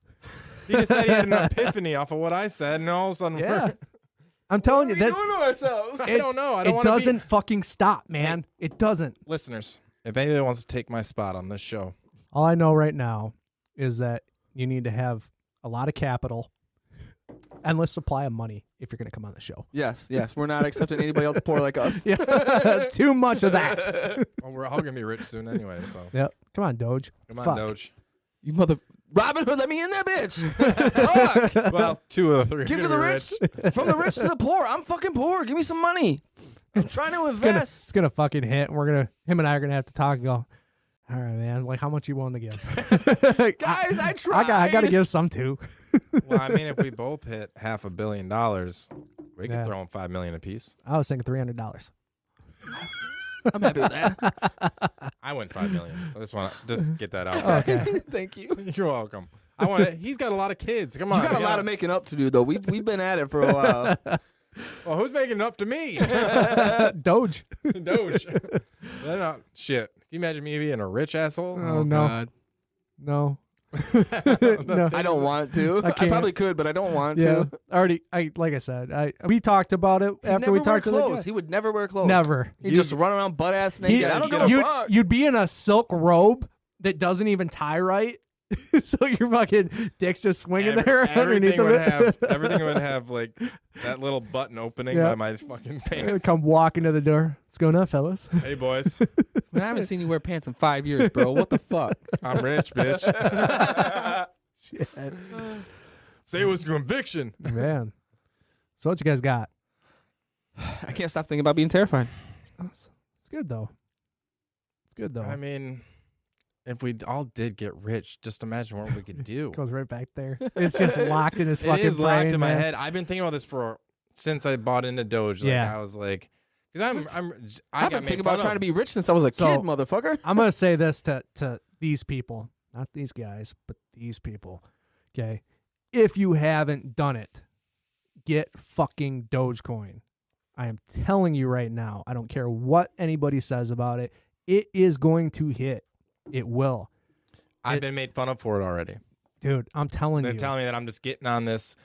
Speaker 3: He just said he had an epiphany off of what I said, and all of a sudden,
Speaker 1: Yeah.
Speaker 3: we're,
Speaker 1: I'm telling you,
Speaker 2: What are we
Speaker 1: that's,
Speaker 2: doing to ourselves?
Speaker 3: I don't know. I don't
Speaker 1: it
Speaker 3: want
Speaker 1: doesn't
Speaker 3: Be...
Speaker 1: fucking stop, man. It doesn't.
Speaker 3: Listeners, if anybody wants to take my spot on this show,
Speaker 1: All I know right now is that you need to have a lot of capital, endless supply of money if you're going to come on the show.
Speaker 2: Yes, yes. We're not accepting anybody else poor like us.
Speaker 1: Yeah. Too much of that.
Speaker 3: well, we're all gonna be rich soon anyway. So
Speaker 1: Yep. Come on, Doge.
Speaker 3: come on,
Speaker 1: Fuck.
Speaker 3: Doge.
Speaker 2: You mother. Robin Hood, let me in that bitch. Fuck.
Speaker 3: Well, two of the three. are
Speaker 2: Give to
Speaker 3: gonna
Speaker 2: the
Speaker 3: be
Speaker 2: rich, from the rich to the poor. I'm fucking poor. Give me some money. I'm trying to
Speaker 1: gonna-
Speaker 2: invest.
Speaker 1: it's gonna fucking hit. And we're gonna him and I are gonna have to talk and go. All right, man. Like, how much you willing to give?
Speaker 2: Guys, I
Speaker 1: I
Speaker 2: tried.
Speaker 1: got, I got to give some too.
Speaker 3: Well, I mean, if we both hit half a billion dollars, we could
Speaker 1: Yeah.
Speaker 3: throw in five million apiece.
Speaker 1: I was thinking three hundred dollars.
Speaker 2: I'm happy with that.
Speaker 3: I went five million. I just want to just get that out.
Speaker 2: Thank you.
Speaker 3: You're welcome. I want. He's got a lot of kids. Come on.
Speaker 2: You got a
Speaker 3: we
Speaker 2: lot
Speaker 3: gotta-
Speaker 2: of making up to do though. We've we've been at it for a while.
Speaker 3: Well, who's making it up to me?
Speaker 1: Doge.
Speaker 3: Doge. They're not- Shit. Can you imagine me being a rich asshole?
Speaker 1: Oh, no, no. No.
Speaker 2: I don't want to.
Speaker 1: I
Speaker 2: I,
Speaker 1: can't.
Speaker 2: probably could, but I don't want
Speaker 1: yeah,
Speaker 2: to.
Speaker 1: already. I like I said. I we talked about it
Speaker 2: He'd
Speaker 1: after
Speaker 2: never
Speaker 1: we
Speaker 2: wear
Speaker 1: talked to
Speaker 2: clothes.
Speaker 1: the
Speaker 2: He would never wear
Speaker 1: guy.
Speaker 2: clothes.
Speaker 1: Never.
Speaker 2: He'd just run around butt ass naked.
Speaker 1: He-
Speaker 2: I don't give a
Speaker 1: you'd,
Speaker 2: fuck.
Speaker 1: you'd be in a silk robe that doesn't even tie right, so your fucking dick's just swinging
Speaker 3: Every-
Speaker 1: there underneath
Speaker 3: everything
Speaker 1: of
Speaker 3: would
Speaker 1: it.
Speaker 3: have everything would have like that little button opening
Speaker 1: Yeah.
Speaker 3: by my fucking
Speaker 1: They would
Speaker 3: pants.
Speaker 1: Come walking to the door. What's going on, fellas?
Speaker 3: Hey boys,
Speaker 2: Man, I haven't seen you wear pants in five years, bro. What the fuck?
Speaker 3: I'm rich, bitch.
Speaker 1: Shit,
Speaker 3: Say it was conviction.
Speaker 1: man. So what you guys got?
Speaker 2: I can't stop thinking about being terrified.
Speaker 1: It's it's good though. It's good though.
Speaker 3: I mean, if we all did get rich, just imagine what we could do.
Speaker 1: Goes right back there. It's just locked in his
Speaker 3: it
Speaker 1: fucking
Speaker 3: is locked
Speaker 1: brain,
Speaker 3: in my
Speaker 1: man.
Speaker 3: head. I've been thinking about this for since I bought into Doge. Like,
Speaker 1: Yeah.
Speaker 3: I was like, because I'm, I'm, I
Speaker 2: I've
Speaker 3: got
Speaker 2: been
Speaker 3: made
Speaker 2: thinking about
Speaker 3: fun
Speaker 2: trying to
Speaker 3: of.
Speaker 2: be rich since I was a
Speaker 1: So-
Speaker 2: kid, motherfucker.
Speaker 1: I'm gonna say this to to these people, not these guys, but these people. Okay, if you haven't done it, get fucking Dogecoin. I am telling you right now. I don't care what anybody says about it. It is going to hit. It will,
Speaker 3: I've
Speaker 1: it-
Speaker 3: been made fun of for it already.
Speaker 1: dude. I'm telling
Speaker 3: They're
Speaker 1: you.
Speaker 3: telling me that I'm just getting on this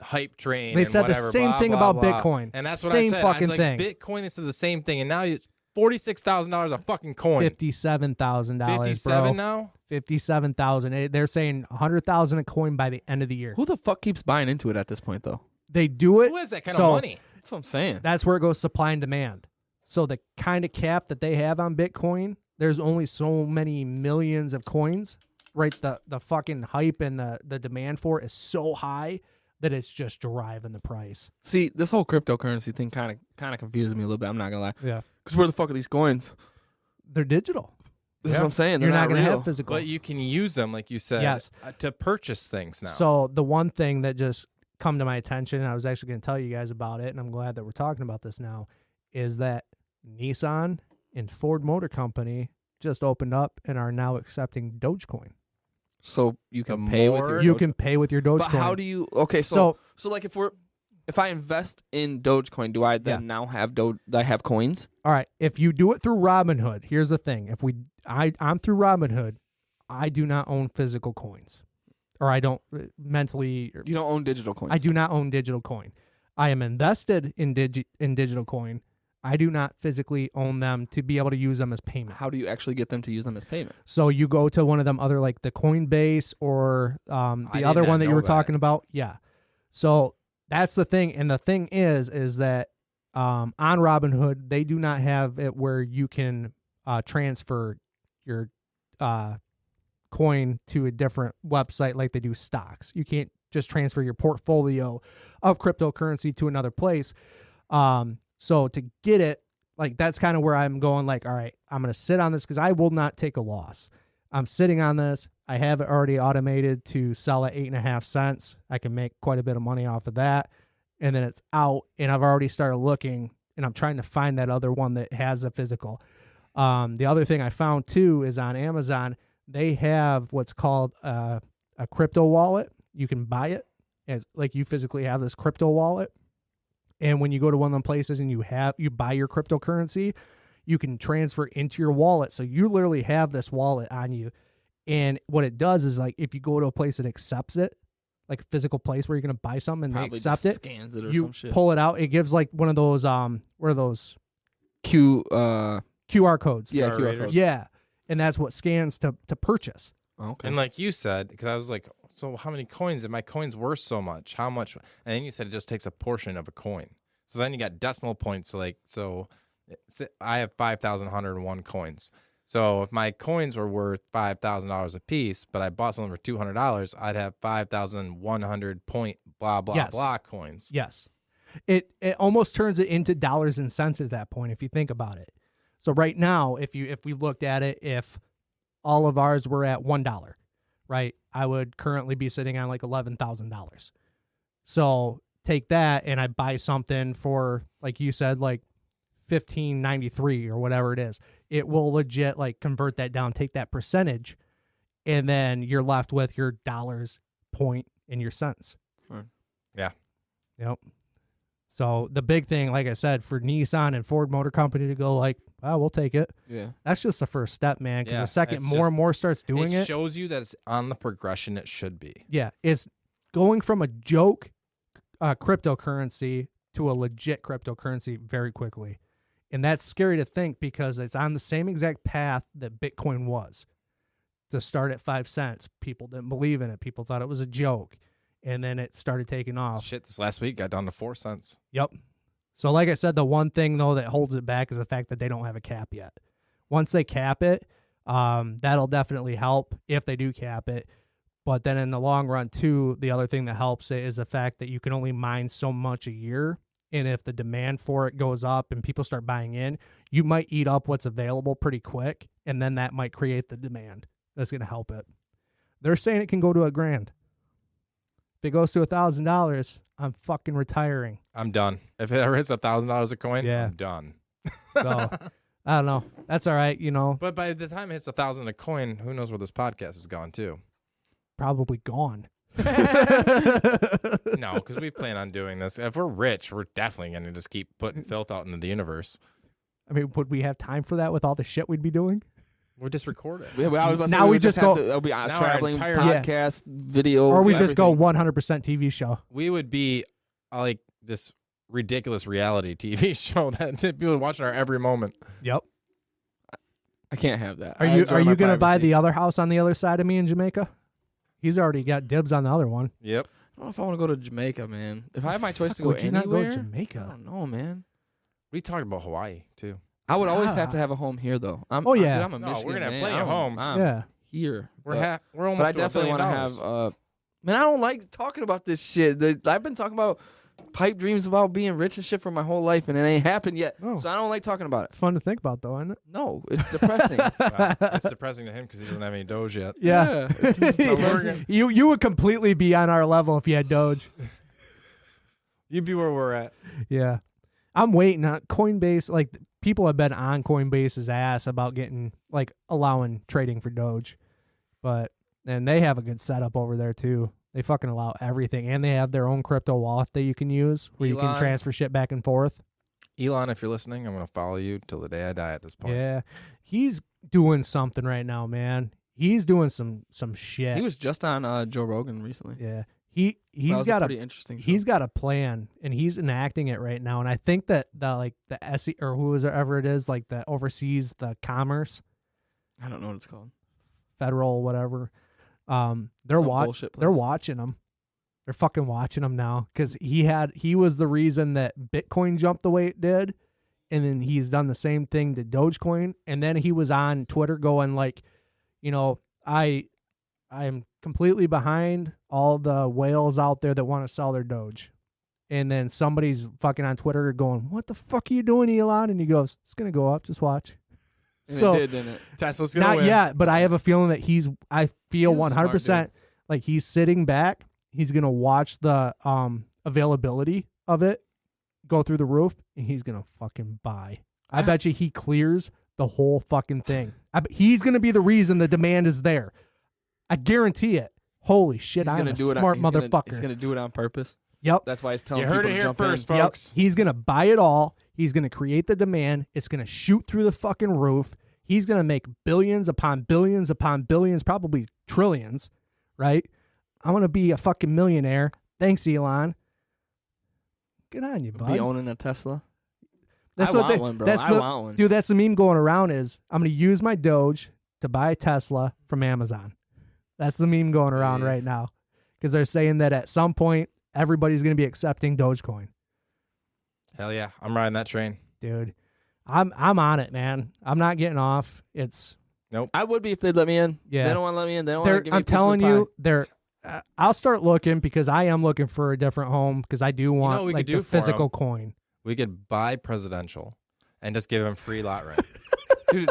Speaker 3: hype train.
Speaker 1: They
Speaker 3: and
Speaker 1: said the
Speaker 3: whatever,
Speaker 1: same
Speaker 3: blah,
Speaker 1: thing
Speaker 3: blah,
Speaker 1: about
Speaker 3: blah.
Speaker 1: Bitcoin.
Speaker 3: and that's what
Speaker 1: Same
Speaker 3: I said.
Speaker 1: fucking
Speaker 3: I was
Speaker 1: thing.
Speaker 3: like, Bitcoin. They said the same thing, and now it's forty six thousand dollars a fucking coin.
Speaker 1: Fifty-seven thousand
Speaker 3: Fifty
Speaker 1: dollars,
Speaker 3: seven
Speaker 1: bro.
Speaker 3: now.
Speaker 1: Fifty-seven thousand. They're saying a hundred thousand a coin by the end of the year.
Speaker 2: Who the fuck keeps buying into it at this point, though?
Speaker 1: They do it.
Speaker 3: Who has that kind
Speaker 1: So-
Speaker 3: of money?
Speaker 2: That's what I'm saying.
Speaker 1: that's where it goes supply and demand. So the kind of cap that they have on Bitcoin, there's only so many millions of coins, right? The the fucking hype and the the demand for it is so high that it's just driving the price.
Speaker 2: See, this whole cryptocurrency thing kind of kind of confuses me a little bit. I'm not gonna lie.
Speaker 1: Yeah.
Speaker 2: Because where the fuck are these coins?
Speaker 1: They're digital.
Speaker 2: That's
Speaker 3: Yeah.
Speaker 2: what I'm saying. They're
Speaker 1: You're not,
Speaker 2: not,
Speaker 1: gonna
Speaker 2: real.
Speaker 1: have physical.
Speaker 3: But you can use them, like you said,
Speaker 1: Yes.
Speaker 3: uh, to purchase things now.
Speaker 1: So the one thing that just come to my attention, and I was actually going to tell you guys about it, and I'm glad that we're talking about this now, is that Nissan and Ford Motor Company just opened up and are now accepting Dogecoin.
Speaker 2: so you can
Speaker 3: The
Speaker 2: pay with
Speaker 3: more-
Speaker 2: your.
Speaker 1: You
Speaker 2: Doge-
Speaker 1: can pay with your Dogecoin.
Speaker 2: But how do you? Okay, so, so
Speaker 1: So-
Speaker 2: like if we're if I invest in Dogecoin, do I then
Speaker 1: Yeah.
Speaker 2: now have Doge? I have coins.
Speaker 1: All right, if you do it through Robinhood, here's the thing: if we, I, I'm through Robinhood, I do not own physical coins, or I don't uh, mentally.
Speaker 2: You don't own digital coins.
Speaker 1: I do not own digital coin. I am invested in digi- in digital coin. I do not physically own them to be able to use them as payment.
Speaker 2: How do you actually get them to use them as payment?
Speaker 1: So you go to one of them other like the Coinbase or um,
Speaker 3: I
Speaker 1: the
Speaker 3: did
Speaker 1: other
Speaker 3: not
Speaker 1: one that you
Speaker 3: know
Speaker 1: were
Speaker 3: that.
Speaker 1: talking about. Yeah. So that's the thing, and the thing is, is that um, on Robinhood they do not have it where you can uh, transfer your uh, coin to a different website like they do stocks. You can't just transfer your portfolio of cryptocurrency to another place. Um, so to get it, like that's kind of where I'm going. Like, all right, I'm gonna sit on this because I will not take a loss. I'm sitting on this. I have it already automated to sell at eight and a half cents. I can make quite a bit of money off of that, and then it's out. And I've already started looking, and I'm trying to find that other one that has a physical. Um, the other thing I found too is on Amazon they have what's called a, a crypto wallet. You can buy it as like you physically have this crypto wallet, and when you go to one of them places and you have you buy your cryptocurrency, you can transfer into your wallet. So you literally have this wallet on you, and what it does is like if you go to a place that accepts it, like a physical place where you're gonna buy something and
Speaker 2: Probably
Speaker 1: they accept
Speaker 2: just
Speaker 1: it,
Speaker 2: scans it or
Speaker 1: you
Speaker 2: some shit.
Speaker 1: pull it out. It gives like one of those um, what are those
Speaker 2: Q. Uh,
Speaker 1: QR codes?
Speaker 2: yeah,
Speaker 3: QR
Speaker 2: QR
Speaker 3: readers.
Speaker 2: codes.
Speaker 1: yeah, and that's what scans to to purchase.
Speaker 2: Okay.
Speaker 3: And like you said, because I was like, so how many coins? And my coin's worth so much. How much? And then you said it just takes a portion of a coin. So then you got decimal points. Like, so s- I have 5,101 coins. So if my coins were worth $5,000 a piece, but I bought something for $200, I'd have 5,100 point blah, blah,
Speaker 1: Yes.
Speaker 3: blah coins.
Speaker 1: Yes. It it almost turns it into dollars and cents at that point if you think about it. So right now, if you if we looked at it, if all of ours were at one dollar, right, I would currently be sitting on like eleven thousand dollars. So take that and I buy something for like you said, like fifteen ninety three or whatever it is. It will legit like convert that down, take that percentage, and then you're left with your dollars, point, and your cents. Yep. So the big thing, like I said, for Nissan and Ford Motor Company to go like, ah, we'll take it.
Speaker 2: Yeah.
Speaker 1: That's just the first step, man. Because
Speaker 3: Yeah,
Speaker 1: the second
Speaker 3: it's
Speaker 1: more
Speaker 3: just-
Speaker 1: and more starts doing
Speaker 3: it
Speaker 1: it,
Speaker 3: shows you that it's on the progression it should be.
Speaker 1: yeah, it's going from a joke uh, cryptocurrency to a legit cryptocurrency very quickly, and that's scary to think because it's on the same exact path that Bitcoin was. To start at five cents, people didn't believe in it. People thought it was a joke, and then it started taking off.
Speaker 3: Shit, this last week got down to four cents.
Speaker 1: Yep. So, like I said, the one thing though that holds it back is the fact that they don't have a cap yet. Once they cap it, um, that'll definitely help if they do cap it. But then in the long run, too, the other thing that helps it is the fact that you can only mine so much a year. And if the demand for it goes up and people start buying in, you might eat up what's available pretty quick. And then that might create the demand that's going to help it. They're saying it can go to a grand. If it goes to a $1,000, I'm fucking retiring.
Speaker 3: I'm done. If it ever hits a thousand dollars a coin,
Speaker 1: Yeah.
Speaker 3: I'm done.
Speaker 1: So I don't know. That's all right. You know,
Speaker 3: But by the time it hits a thousand a coin, who knows where this podcast has gone to?
Speaker 1: probably gone.
Speaker 3: No, because we plan on doing this. If we're rich, we're definitely going to just keep putting filth out into the universe.
Speaker 1: I mean, would we have time for that with all the shit we'd be doing?
Speaker 3: We're just recorded.
Speaker 2: Yeah, well, I was about to say
Speaker 1: Now we
Speaker 2: would
Speaker 1: just
Speaker 2: have
Speaker 1: go-
Speaker 2: to- it'll be a
Speaker 3: Now our
Speaker 2: traveling
Speaker 3: entire-
Speaker 1: Yeah.
Speaker 2: podcast, video,
Speaker 1: or we just go 100% TV show.
Speaker 3: We would be uh, like this ridiculous reality TV show that people are watching our every moment.
Speaker 1: Yep.
Speaker 2: I can't have that.
Speaker 1: Are
Speaker 2: I
Speaker 1: you
Speaker 2: enjoy
Speaker 1: are
Speaker 2: my
Speaker 1: you gonna buy
Speaker 2: privacy.
Speaker 1: the other house on the other side of me in Jamaica? He's already got dibs on the other one.
Speaker 3: Yep.
Speaker 2: I don't know if I want to go to Jamaica, man. If I had my choice to
Speaker 1: Fuck,
Speaker 2: go
Speaker 1: would you not go to
Speaker 2: anywhere, I
Speaker 1: Jamaica?
Speaker 2: don't know, man.
Speaker 3: We talked about Hawaii too.
Speaker 2: I would always have
Speaker 1: Nah.
Speaker 2: to have a home here, though. I'm,
Speaker 1: Oh,
Speaker 2: I- dude,
Speaker 1: yeah.
Speaker 2: I'm a
Speaker 3: No, we're
Speaker 2: Michigan
Speaker 3: gonna have
Speaker 2: man.
Speaker 3: plenty of
Speaker 2: I'm-
Speaker 3: homes.
Speaker 2: I'm
Speaker 1: Yeah,
Speaker 2: here.
Speaker 3: We're
Speaker 2: but-
Speaker 3: ha- we're almost.
Speaker 2: but I definitely
Speaker 3: want to a billion
Speaker 2: have.
Speaker 3: dollars.
Speaker 2: Uh, man, I don't like talking about this shit. The- I've been talking about pipe dreams about being rich and shit for my whole life, and it ain't happened yet.
Speaker 1: Oh.
Speaker 2: So I don't like talking about it.
Speaker 1: it's fun to think about though, isn't it?
Speaker 2: No, it's depressing.
Speaker 3: Wow, it's depressing to him because he doesn't have any doge yet.
Speaker 1: Yeah.
Speaker 2: it's just
Speaker 1: Yeah.
Speaker 2: depressing.
Speaker 1: You you would completely be on our level if you had Doge.
Speaker 3: You'd be where we're at.
Speaker 1: Yeah. I'm waiting on Coinbase. Like th- people have been on Coinbase's ass about getting like allowing trading for Doge, but and they have a good setup over there too. They fucking allow everything, and they have their own crypto wallet that you can use where you can
Speaker 3: Elon.
Speaker 1: transfer shit back and forth.
Speaker 3: Elon, if you're listening, I'm gonna follow you till the day I die. At this point,
Speaker 1: Yeah, he's doing something right now, man. He's doing some some shit.
Speaker 2: He was just on uh, Joe Rogan recently.
Speaker 1: yeah, he
Speaker 2: That
Speaker 1: he's
Speaker 2: was
Speaker 1: got
Speaker 2: a
Speaker 1: a
Speaker 2: pretty interesting. show.
Speaker 1: he's got a plan and he's enacting it right now. And I think that the like the SE or whoever it is, like that oversees the commerce,
Speaker 2: I don't know what it's called.
Speaker 1: federal, whatever. Um, they're
Speaker 2: Some
Speaker 1: watching.
Speaker 2: bullshit place.
Speaker 1: They're watching him. They're fucking watching him now because he had he was the reason that Bitcoin jumped the way it did, and then he's done the same thing to Dogecoin. And then he was on Twitter going like, you know, I, I am completely behind all the whales out there that want to sell their Doge. And then somebody's fucking on Twitter going, "What the fuck are you doing, Elon?" And he goes, "It's gonna go up. Just watch."
Speaker 2: And
Speaker 1: So-
Speaker 2: it did, didn't it?
Speaker 3: Tesla's gonna
Speaker 1: Not
Speaker 3: win.
Speaker 1: yet, but I have a feeling that he's. I feel
Speaker 2: He's a
Speaker 1: one
Speaker 2: smart
Speaker 1: hundred percent like he's sitting back. He's gonna watch the um availability of it go through the roof, and he's gonna fucking buy. I
Speaker 2: Ah.
Speaker 1: bet you he clears the whole fucking thing. I, bet- he's gonna be the reason the demand is there. I guarantee it. Holy shit!
Speaker 2: he's
Speaker 1: I'm
Speaker 2: gonna
Speaker 1: a
Speaker 2: do it.
Speaker 1: smart
Speaker 2: on, he's
Speaker 1: motherfucker.
Speaker 2: Gonna, he's gonna do it on purpose.
Speaker 1: yep.
Speaker 2: That's why he's telling
Speaker 3: You heard
Speaker 2: people
Speaker 3: it
Speaker 2: to
Speaker 3: here
Speaker 2: jump
Speaker 3: first,
Speaker 2: in.
Speaker 1: Yep.
Speaker 3: folks.
Speaker 1: He's going to buy it all. He's going to create the demand. It's going to shoot through the fucking roof. He's going to make billions upon billions upon billions, probably trillions, right? I'm going to be a fucking millionaire. Thanks, Elon. Good on you,
Speaker 2: Be
Speaker 1: bud.
Speaker 2: owning a Tesla.
Speaker 1: that's
Speaker 2: I
Speaker 1: what
Speaker 2: want
Speaker 1: they,
Speaker 2: one, bro.
Speaker 1: That's
Speaker 2: I
Speaker 1: the,
Speaker 2: want one.
Speaker 1: Dude, that's the meme going around is I'm going to use my Doge to buy a Tesla from Amazon. That's the meme going around
Speaker 2: Jeez.
Speaker 1: right now because they're saying that at some point everybody's going to be accepting Dogecoin.
Speaker 3: Hell yeah, I'm riding that train.
Speaker 1: dude. I'm I'm on it, man. I'm not getting off. It's
Speaker 2: I would be if they'd let me in.
Speaker 1: Yeah.
Speaker 2: They don't want to let me in. They don't want to
Speaker 1: they're,
Speaker 2: give me a
Speaker 1: I'm
Speaker 2: piece of the
Speaker 1: telling
Speaker 2: pie.
Speaker 1: you, they're. Uh, I'll start looking because I am looking for a different home because I do want
Speaker 3: what we could
Speaker 1: like the
Speaker 3: do for 'em?
Speaker 1: physical coin.
Speaker 3: We could buy presidential and just give him free lot rent.
Speaker 2: Dude.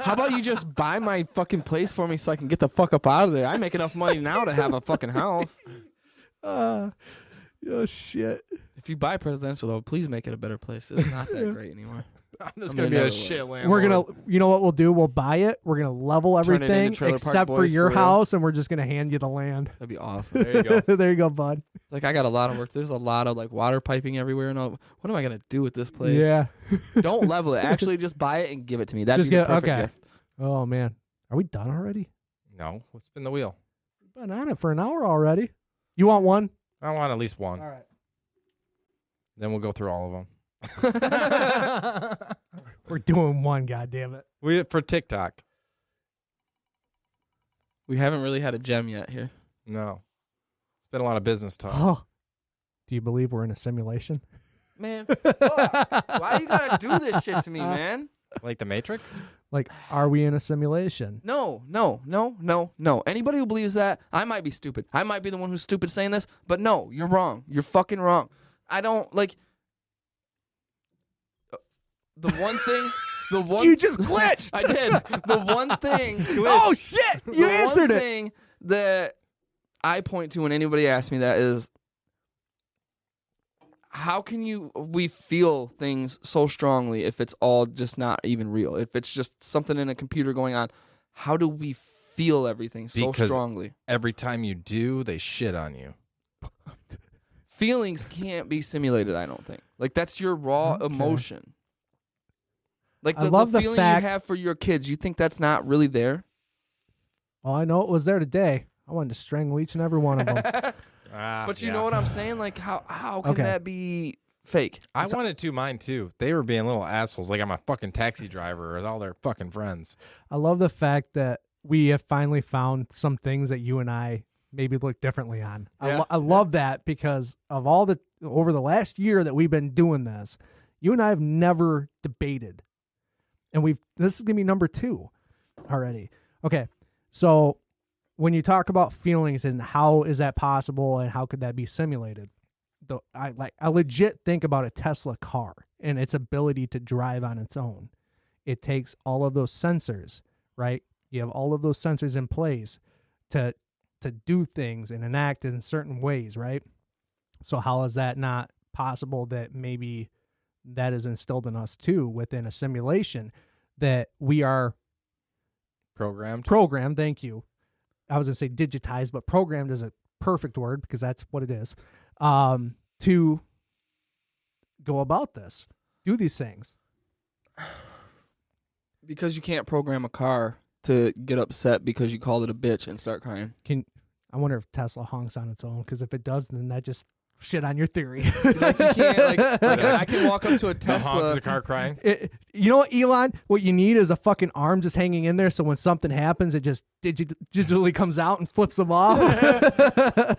Speaker 2: How about you just buy my fucking place for me so I can get the fuck up out of there? I make enough money now to have a fucking house.
Speaker 1: Uh, oh shit!
Speaker 2: If you buy presidential though, please make it a better place. It's not that great anymore.
Speaker 3: I'm just
Speaker 2: I'm
Speaker 3: gonna
Speaker 2: gonna
Speaker 3: be a
Speaker 2: never
Speaker 3: shit landlord.
Speaker 1: We're gonna, you know what we'll do? We'll buy it. We're gonna level
Speaker 2: Turn it into
Speaker 1: everything
Speaker 2: Trailer Park
Speaker 1: except for
Speaker 2: Boys
Speaker 1: your
Speaker 2: for real.
Speaker 1: house, and we're just gonna hand you the land.
Speaker 2: That'd be awesome.
Speaker 3: There you go.
Speaker 1: there you go, bud.
Speaker 2: like I got a lot of work. There's a lot of like water piping everywhere and all. What am I gonna do with this place?
Speaker 1: Yeah.
Speaker 2: Don't level it. Actually, just buy it and give it to me. That'd
Speaker 1: Just
Speaker 2: be the
Speaker 1: get-
Speaker 2: perfect
Speaker 1: okay.
Speaker 2: gift.
Speaker 1: Oh man, are we done already?
Speaker 3: No, let's spin the wheel.
Speaker 1: Been on it for an hour already. You want one?
Speaker 3: I want at least one.
Speaker 1: right.
Speaker 3: Then we'll go through all of them.
Speaker 1: We're doing one. God damn it.
Speaker 3: We for TikTok.
Speaker 2: We haven't really had a gem yet here.
Speaker 3: No, it's been a lot of business talk.
Speaker 1: Oh. Do you believe we're in a simulation?
Speaker 2: Man, why you gotta do this shit to me, man?
Speaker 3: like the Matrix.
Speaker 1: Like, are we in a simulation?
Speaker 2: No, no, no, no, no. Anybody who believes that, I might be stupid. I might be the one who's stupid saying this, but no, you're wrong. You're fucking wrong. I don't like uh, the one thing. The one
Speaker 1: You just glitched.
Speaker 2: I did. The one thing.
Speaker 1: Oh shit! You
Speaker 2: the
Speaker 1: answered
Speaker 2: one
Speaker 1: it.
Speaker 2: thing that I point to when anybody asks me that is how can you we feel things so strongly if it's all just not even real? If it's just something in a computer going on, how do we feel everything so
Speaker 3: Because-
Speaker 2: strongly?
Speaker 3: Every time you do, they shit on you.
Speaker 2: Feelings can't be simulated, I don't think. Like that's your raw
Speaker 1: Okay.
Speaker 2: emotion. Like
Speaker 1: I
Speaker 2: the,
Speaker 1: love
Speaker 2: the
Speaker 1: the
Speaker 2: feeling
Speaker 1: fact-
Speaker 2: you have for your kids, you think that's not really there?
Speaker 1: Oh, I know it was there today. I wanted to strangle each and every one of them.
Speaker 3: Ah,
Speaker 2: But you
Speaker 3: yeah.
Speaker 2: know what I'm saying? Like how how can
Speaker 1: Okay.
Speaker 2: that be fake?
Speaker 3: I wanted to mine too. They were being little assholes. Like I'm a fucking taxi driver with all their fucking friends.
Speaker 1: I love the fact that we have finally found some things that you and I maybe look differently on. I,
Speaker 2: Yeah.
Speaker 1: lo- I love that because of all the over the last year that we've been doing this, you and I have never debated, and we've this is gonna be number two already. Okay, so when you talk about feelings and how is that possible and how could that be simulated, the I like I legit think about a Tesla car and its ability to drive on its own it takes all of those sensors, right? You have all of those sensors in place to to do things and enact in certain ways, right? So how is that not possible that maybe that is instilled in us too within a simulation that we are
Speaker 3: Programmed.
Speaker 1: programmed, thank you. I was gonna say digitized, but programmed is a perfect word because that's what it is. Um to go about this, do these things.
Speaker 2: Because you can't program a car to get upset because you called it a bitch and start crying.
Speaker 1: Can I wonder if Tesla honks on its own? Because if it does, then that just shit on your theory.
Speaker 2: Like you can't like, like, I can walk up to a
Speaker 3: The honk of
Speaker 2: Tesla.
Speaker 3: the car crying.
Speaker 1: It- you know what, Elon? What you need is a fucking arm just hanging in there, so when something happens, it just digi- digitally comes out and flips them off.
Speaker 2: But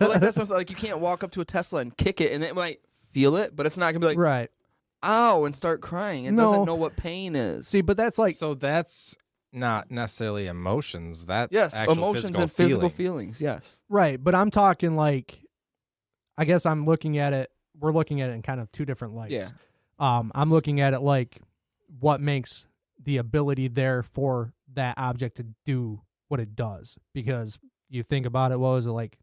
Speaker 2: like that's what I'm saying, like you can't walk up to a Tesla and kick it and it might feel it, but it's not gonna be like
Speaker 1: right.
Speaker 2: ow and start crying. It
Speaker 1: No.
Speaker 2: doesn't know what pain is.
Speaker 1: See, but that's like
Speaker 3: so that's not necessarily emotions. That's
Speaker 2: yes,
Speaker 3: actual
Speaker 2: emotions
Speaker 3: physical
Speaker 2: and physical
Speaker 3: feeling.
Speaker 2: feelings. Yes.
Speaker 1: right. But I'm talking like, I guess I'm looking at it. We're looking at it in kind of two different lights.
Speaker 2: Yeah.
Speaker 1: um, I'm looking at it like what makes the ability there for that object to do what it does. Because you think about it, what was it like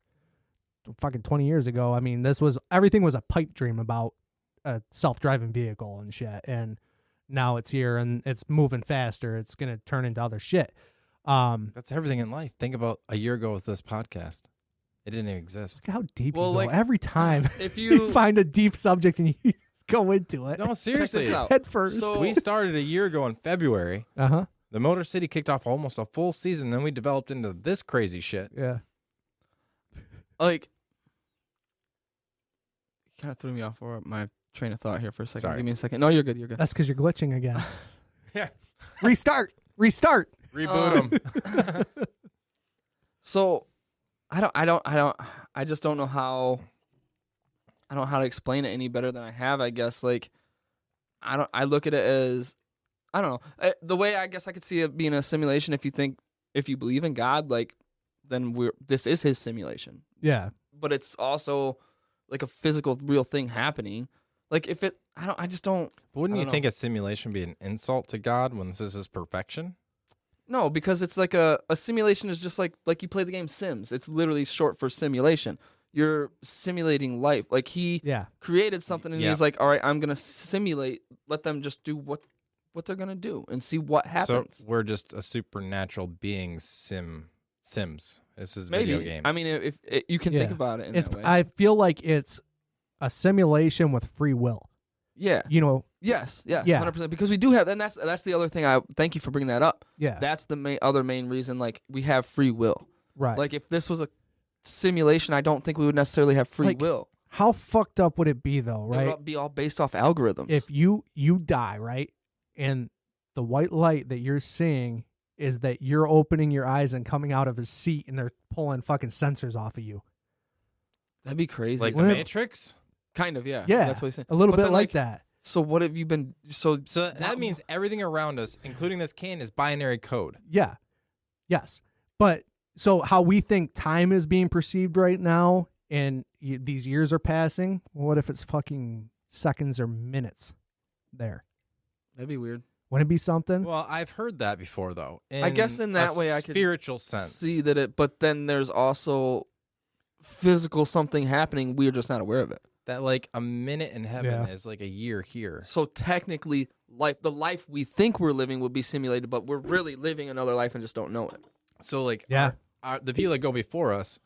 Speaker 1: fucking 20 years ago? I mean, this was everything was a pipe dream about a self driving vehicle and shit. And now it's here and it's moving faster. It's going to turn into other shit. Um,
Speaker 3: That's everything in life. Think about a year ago with this podcast. It didn't even exist.
Speaker 1: look how deep
Speaker 2: Well,
Speaker 1: you
Speaker 2: like,
Speaker 1: go every time
Speaker 2: If
Speaker 1: you, find a deep subject and you just go into it
Speaker 3: No, seriously.
Speaker 2: out.
Speaker 1: head first.
Speaker 2: So-
Speaker 3: We started a year ago in February.
Speaker 1: uh huh.
Speaker 3: The Motor City kicked off almost a full season. Then we developed into this crazy shit.
Speaker 1: Yeah.
Speaker 2: like you kinda threw me off for my train of thought here for a second.
Speaker 3: Sorry.
Speaker 2: Give me a second. No, you're good, you're good.
Speaker 1: That's because you're glitching again.
Speaker 3: Yeah.
Speaker 1: Restart. Restart.
Speaker 3: Reboot
Speaker 2: Um,
Speaker 3: them.
Speaker 2: So I don't I don't I don't I just don't know how I don't know how to explain it any better than I have, I guess. Like I don't I look at it as I don't know. Uh, The way I guess I could see it being a simulation if you think if you believe in God, like then we're this is his simulation.
Speaker 1: Yeah.
Speaker 2: But it's also like a physical real thing happening. Like if it I don't I just don't
Speaker 3: But wouldn't
Speaker 2: I
Speaker 3: you
Speaker 2: don't
Speaker 3: think a simulation would be an insult to God when this is his perfection?
Speaker 2: No, because it's like a, a simulation is just like like you play the game Sims. It's literally short for simulation. You're simulating life. Like he
Speaker 1: Yeah.
Speaker 2: created something and
Speaker 3: Yeah.
Speaker 2: he's like, all right, I'm gonna simulate. Let them just do what what they're gonna do and see what happens.
Speaker 3: So we're just a supernatural being sim Sims. This is
Speaker 2: Maybe.
Speaker 3: video game.
Speaker 2: I mean, if, if you can think
Speaker 1: Yeah.
Speaker 2: about it, in
Speaker 1: it's
Speaker 2: that way.
Speaker 1: I feel like it's a simulation with free will.
Speaker 2: yeah,
Speaker 1: You know,
Speaker 2: yes, yes,
Speaker 1: Yeah.
Speaker 2: hundred percent. Because we do have, and that's that's the other thing. I thank you for bringing that up.
Speaker 1: yeah,
Speaker 2: That's the main other main reason. Like we have free will.
Speaker 1: right.
Speaker 2: Like if this was a simulation, I don't think we would necessarily have free
Speaker 1: Like,
Speaker 2: will.
Speaker 1: How fucked up would it be though,
Speaker 2: It would
Speaker 1: right?
Speaker 2: all be all based off algorithms.
Speaker 1: If you you die, right, and the white light that you're seeing is that you're opening your eyes and coming out of a seat, and they're pulling fucking sensors off of you.
Speaker 2: That'd be crazy.
Speaker 3: like
Speaker 2: Like,
Speaker 3: the
Speaker 1: Whatever.
Speaker 3: Matrix.
Speaker 2: kind of, yeah.
Speaker 1: Yeah,
Speaker 2: That's what he's saying.
Speaker 1: A little
Speaker 2: But
Speaker 1: bit
Speaker 2: then,
Speaker 1: like, that.
Speaker 2: So what have you been? So
Speaker 3: So
Speaker 2: Wow.
Speaker 3: that means everything around us, including this can, is binary code.
Speaker 1: Yeah. Yes. But so how we think time is being perceived right now and y- these years are passing, what if it's fucking seconds or minutes there?
Speaker 2: that'd be weird.
Speaker 1: Wouldn't it be something?
Speaker 3: Well, I've heard that before, though.
Speaker 2: I guess in that
Speaker 3: a
Speaker 2: way I could
Speaker 3: spiritual sense.
Speaker 2: See that it, but then there's also physical something happening. We're just not aware of it.
Speaker 3: that like a minute in heaven
Speaker 1: Yeah.
Speaker 3: is like a year here.
Speaker 2: So technically, life the life we think we're living would be simulated, but we're really living another life and just don't know it.
Speaker 3: So like
Speaker 1: yeah.
Speaker 3: our, the people that go before us,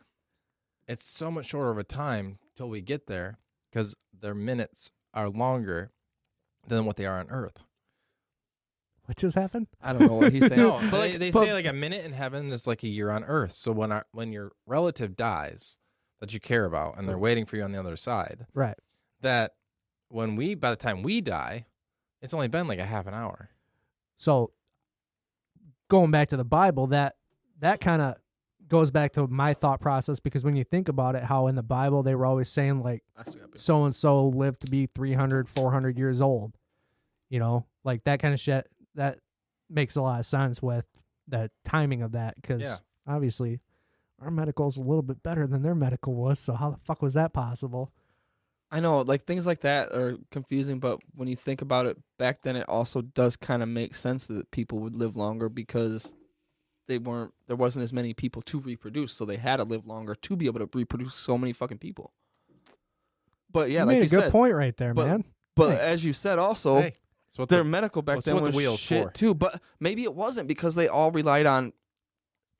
Speaker 3: it's so much shorter of a time till we get there because their minutes are longer than what they are on Earth.
Speaker 1: What just happened?
Speaker 2: I don't know what he's saying.
Speaker 3: No,
Speaker 2: but
Speaker 3: they,
Speaker 2: like,
Speaker 3: they
Speaker 2: but-
Speaker 3: say like a minute in heaven is like a year on Earth. So when our, when your relative dies that you care about and they're waiting for you on the other side,
Speaker 1: Right.
Speaker 3: that when we by the time we die, it's only been like a half an hour.
Speaker 1: So going back to the Bible, that that kind of goes back to my thought process because when you think about it how in the Bible they were always saying like
Speaker 2: I still got
Speaker 1: so and so lived to be 300 400 years old you know like that kind of shit that makes a lot of sense with the timing of that because
Speaker 3: Yeah.
Speaker 1: obviously our medical's a little bit better than their medical was so how the fuck was that possible
Speaker 2: I know, like things like that are confusing, but when you think about it, back then it also does kind of make sense that people would live longer because they weren't there wasn't as many people to reproduce, so they had to live longer to be able to reproduce so many fucking people. But yeah,
Speaker 1: you
Speaker 2: like
Speaker 1: made
Speaker 2: you
Speaker 1: a good
Speaker 2: said,
Speaker 1: point right there
Speaker 2: but-
Speaker 1: man
Speaker 2: but
Speaker 1: Thanks.
Speaker 2: as you said, also
Speaker 3: Hey, it's what
Speaker 2: their
Speaker 3: the-
Speaker 2: medical back
Speaker 3: that's
Speaker 2: then
Speaker 3: what the
Speaker 2: was
Speaker 3: wheel's
Speaker 2: shit
Speaker 3: for.
Speaker 2: too. But maybe it wasn't because they all relied on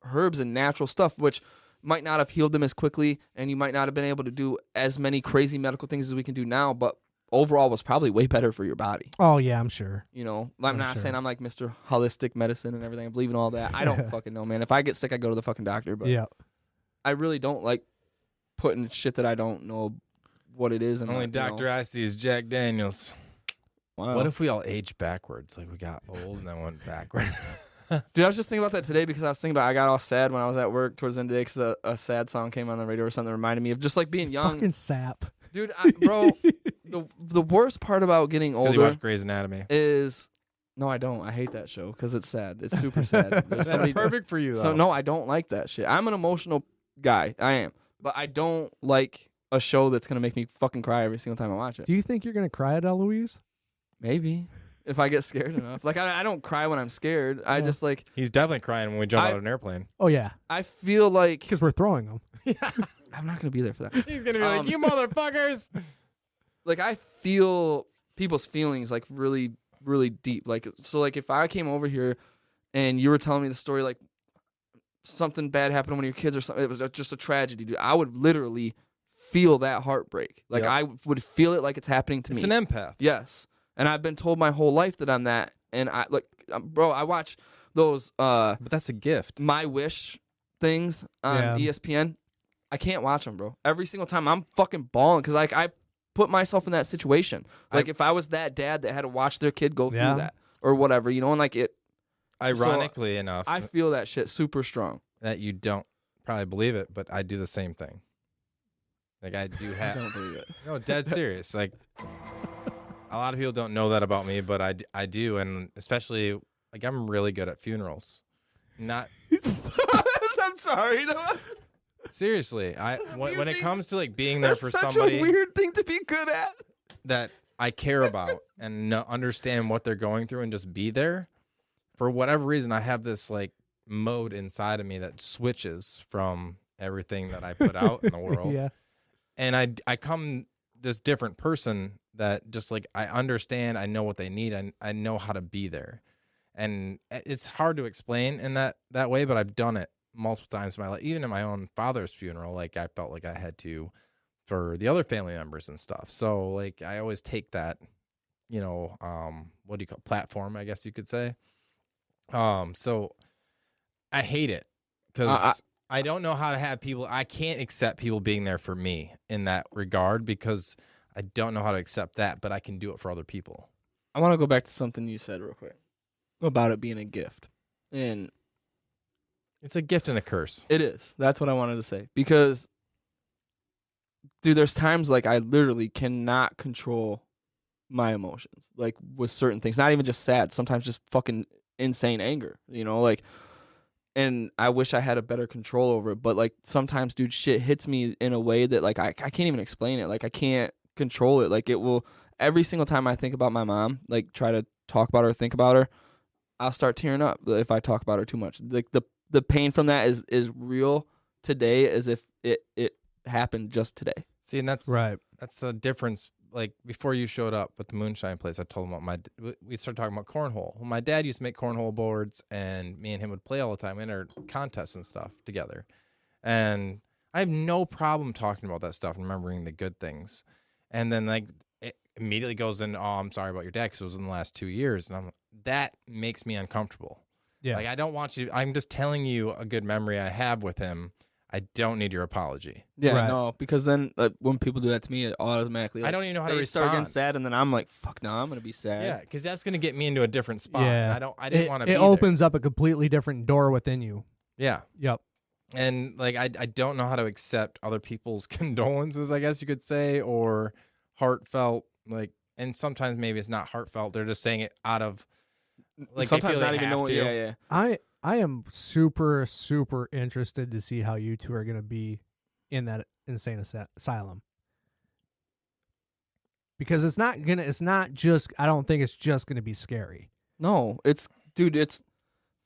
Speaker 2: herbs and natural stuff, which might not have healed them as quickly, and you might not have been able to do as many crazy medical things as we can do now. But overall, was probably way better for your body.
Speaker 1: oh yeah i'm sure
Speaker 2: You know, I'm,
Speaker 1: I'm
Speaker 2: not
Speaker 1: sure.
Speaker 2: saying I'm like Mr. Holistic Medicine and everything. I believe in all that. I don't fucking know, man. If I get sick, I go to the fucking doctor. But
Speaker 1: yeah
Speaker 2: I really don't like putting shit that I don't know what it is. And
Speaker 3: only
Speaker 2: like, you know,
Speaker 3: doctor I see is Jack Daniels.
Speaker 2: wow.
Speaker 3: What if we all age backwards? Like we got old and then went backward.
Speaker 2: Dude, I was just thinking about that today because I was thinking about I got all sad when I was at work towards the end of the day because a, a sad song came on the radio or something that reminded me of just like being young.
Speaker 1: fucking sap
Speaker 2: Dude, I, bro, the the worst part about getting
Speaker 3: Because you
Speaker 2: older
Speaker 3: watch Grey's Anatomy.
Speaker 2: is no, I don't. I hate that show because it's sad. It's super sad. There's
Speaker 3: That's
Speaker 2: somebody-
Speaker 3: perfect for you. Though.
Speaker 2: So no, I don't like that shit. I'm an emotional guy. I am, but I don't like a show that's gonna make me fucking cry every single time I watch it.
Speaker 1: do you think you're gonna cry at eloise
Speaker 2: Maybe if I get scared enough. Like I, I don't cry when I'm scared. I
Speaker 1: Yeah.
Speaker 2: just like
Speaker 3: he's definitely crying when we jump
Speaker 2: I-
Speaker 3: out of an airplane.
Speaker 1: oh yeah
Speaker 2: I feel like
Speaker 1: because we're throwing them
Speaker 2: I'm not gonna be there for that.
Speaker 3: He's gonna be
Speaker 2: like, Um,
Speaker 3: "You motherfuckers!"
Speaker 2: like I feel people's feelings like really really deep like so like if I came over here and you were telling me the story like something bad happened when your kids or something it was just a tragedy dude I would literally feel that heartbreak like
Speaker 3: Yeah.
Speaker 2: I would feel it like it's happening to
Speaker 3: It's
Speaker 2: me
Speaker 3: an empath.
Speaker 2: yes and I've been told my whole life that I'm that and I like um, bro I watch those uh
Speaker 3: But that's a gift.
Speaker 2: my wish things on E
Speaker 1: Yeah.
Speaker 2: ESPN, I can't watch them, bro. Every single time I'm fucking balling because like I put myself in that situation. Like if I was that dad that had to watch their kid go
Speaker 1: Yeah.
Speaker 2: through that or whatever, you know, and like it,
Speaker 3: Ironically enough,
Speaker 2: I feel that shit super strong.
Speaker 3: that you don't probably believe it, but I do the same thing. Like I do
Speaker 2: I
Speaker 3: have
Speaker 2: don't believe it.
Speaker 3: no dead serious. Like a lot of people don't know that about me, but I d- I do, and especially like I'm really good at funerals. Not
Speaker 2: I'm sorry. That's
Speaker 3: seriously. I when, when it
Speaker 2: thing.
Speaker 3: comes to like being there for
Speaker 2: such
Speaker 3: somebody
Speaker 2: a weird thing to be good at.
Speaker 3: that I care about and kno- understand what they're going through and just be there. For whatever reason, I have this like mode inside of me that switches from everything that I put out in the world.
Speaker 1: yeah
Speaker 3: and I I come this different person that just like I understand, I know what they need, and I, know how to be there. And i- it's hard to explain in that that way, but I've done it multiple times in my life. Even at my own father's funeral, like I felt like I had to for the other family members and stuff. So like I always take that, you know, um, what do you call platform? I guess you could say. Um, so I hate it because
Speaker 2: I-
Speaker 3: I don't know how to have people. I can't accept people being there for me in that regard because I don't know how to accept that, but I can do it for other people.
Speaker 2: I want to go back to something you said real quick about it being a gift. And
Speaker 3: It's a gift and a curse.
Speaker 2: it is. That's what I wanted to say. Because, dude, there's times like I literally cannot control my emotions, like with certain things, not even just sad, sometimes just fucking insane anger, you know? Like, and I wish I had a better control over it. But like sometimes, dude, shit hits me in a way that like I, I can't even explain it. Like I can't control it. Like it will every single time I think about my mom, like try to talk about her, think about her, I'll start tearing up if I talk about her too much. Like the the pain from that is is real today as if it it happened just today.
Speaker 3: See, and that's
Speaker 1: Right.
Speaker 3: that's a difference. Like before you showed up with the moonshine place, I told him about my. d- we- We started talking about cornhole. Well, my dad used to make cornhole boards, and me and him would play all the time in our contests and stuff together. And I have no problem talking about that stuff and remembering the good things. And then like it immediately goes into, oh, I'm sorry about your dad because it was in the last two years, and I'm that makes me uncomfortable.
Speaker 1: Yeah.
Speaker 3: Like I don't want you. I'm just telling you a good memory I have with him. I don't need your apology.
Speaker 2: Yeah,
Speaker 1: Right.
Speaker 2: no, because then like, when people do that to me, it automatically
Speaker 3: I
Speaker 2: like,
Speaker 3: don't even know how to
Speaker 2: they
Speaker 3: respond.
Speaker 2: start getting sad, and then I'm like, fuck no, I'm gonna be sad.
Speaker 3: Yeah, because that's gonna get me into a different spot.
Speaker 1: Yeah.
Speaker 3: Yeah. I don't. I didn't
Speaker 1: it
Speaker 3: want to.
Speaker 1: it
Speaker 3: be there.
Speaker 1: opens up a completely different door within you.
Speaker 3: Yeah,
Speaker 1: Yep.
Speaker 3: and like I, I don't know how to accept other people's condolences. I guess you could say, or heartfelt. Like, and sometimes maybe it's not heartfelt. They're just saying it out of like they
Speaker 2: sometimes
Speaker 3: feel they
Speaker 2: not even
Speaker 3: have
Speaker 2: knowing.
Speaker 3: to.
Speaker 2: Yeah, yeah.
Speaker 1: I I am super super interested to see how you two are gonna be in that insane asa- asylum because it's not gonna it's not just I don't think it's just gonna be scary.
Speaker 2: No, it's dude, it's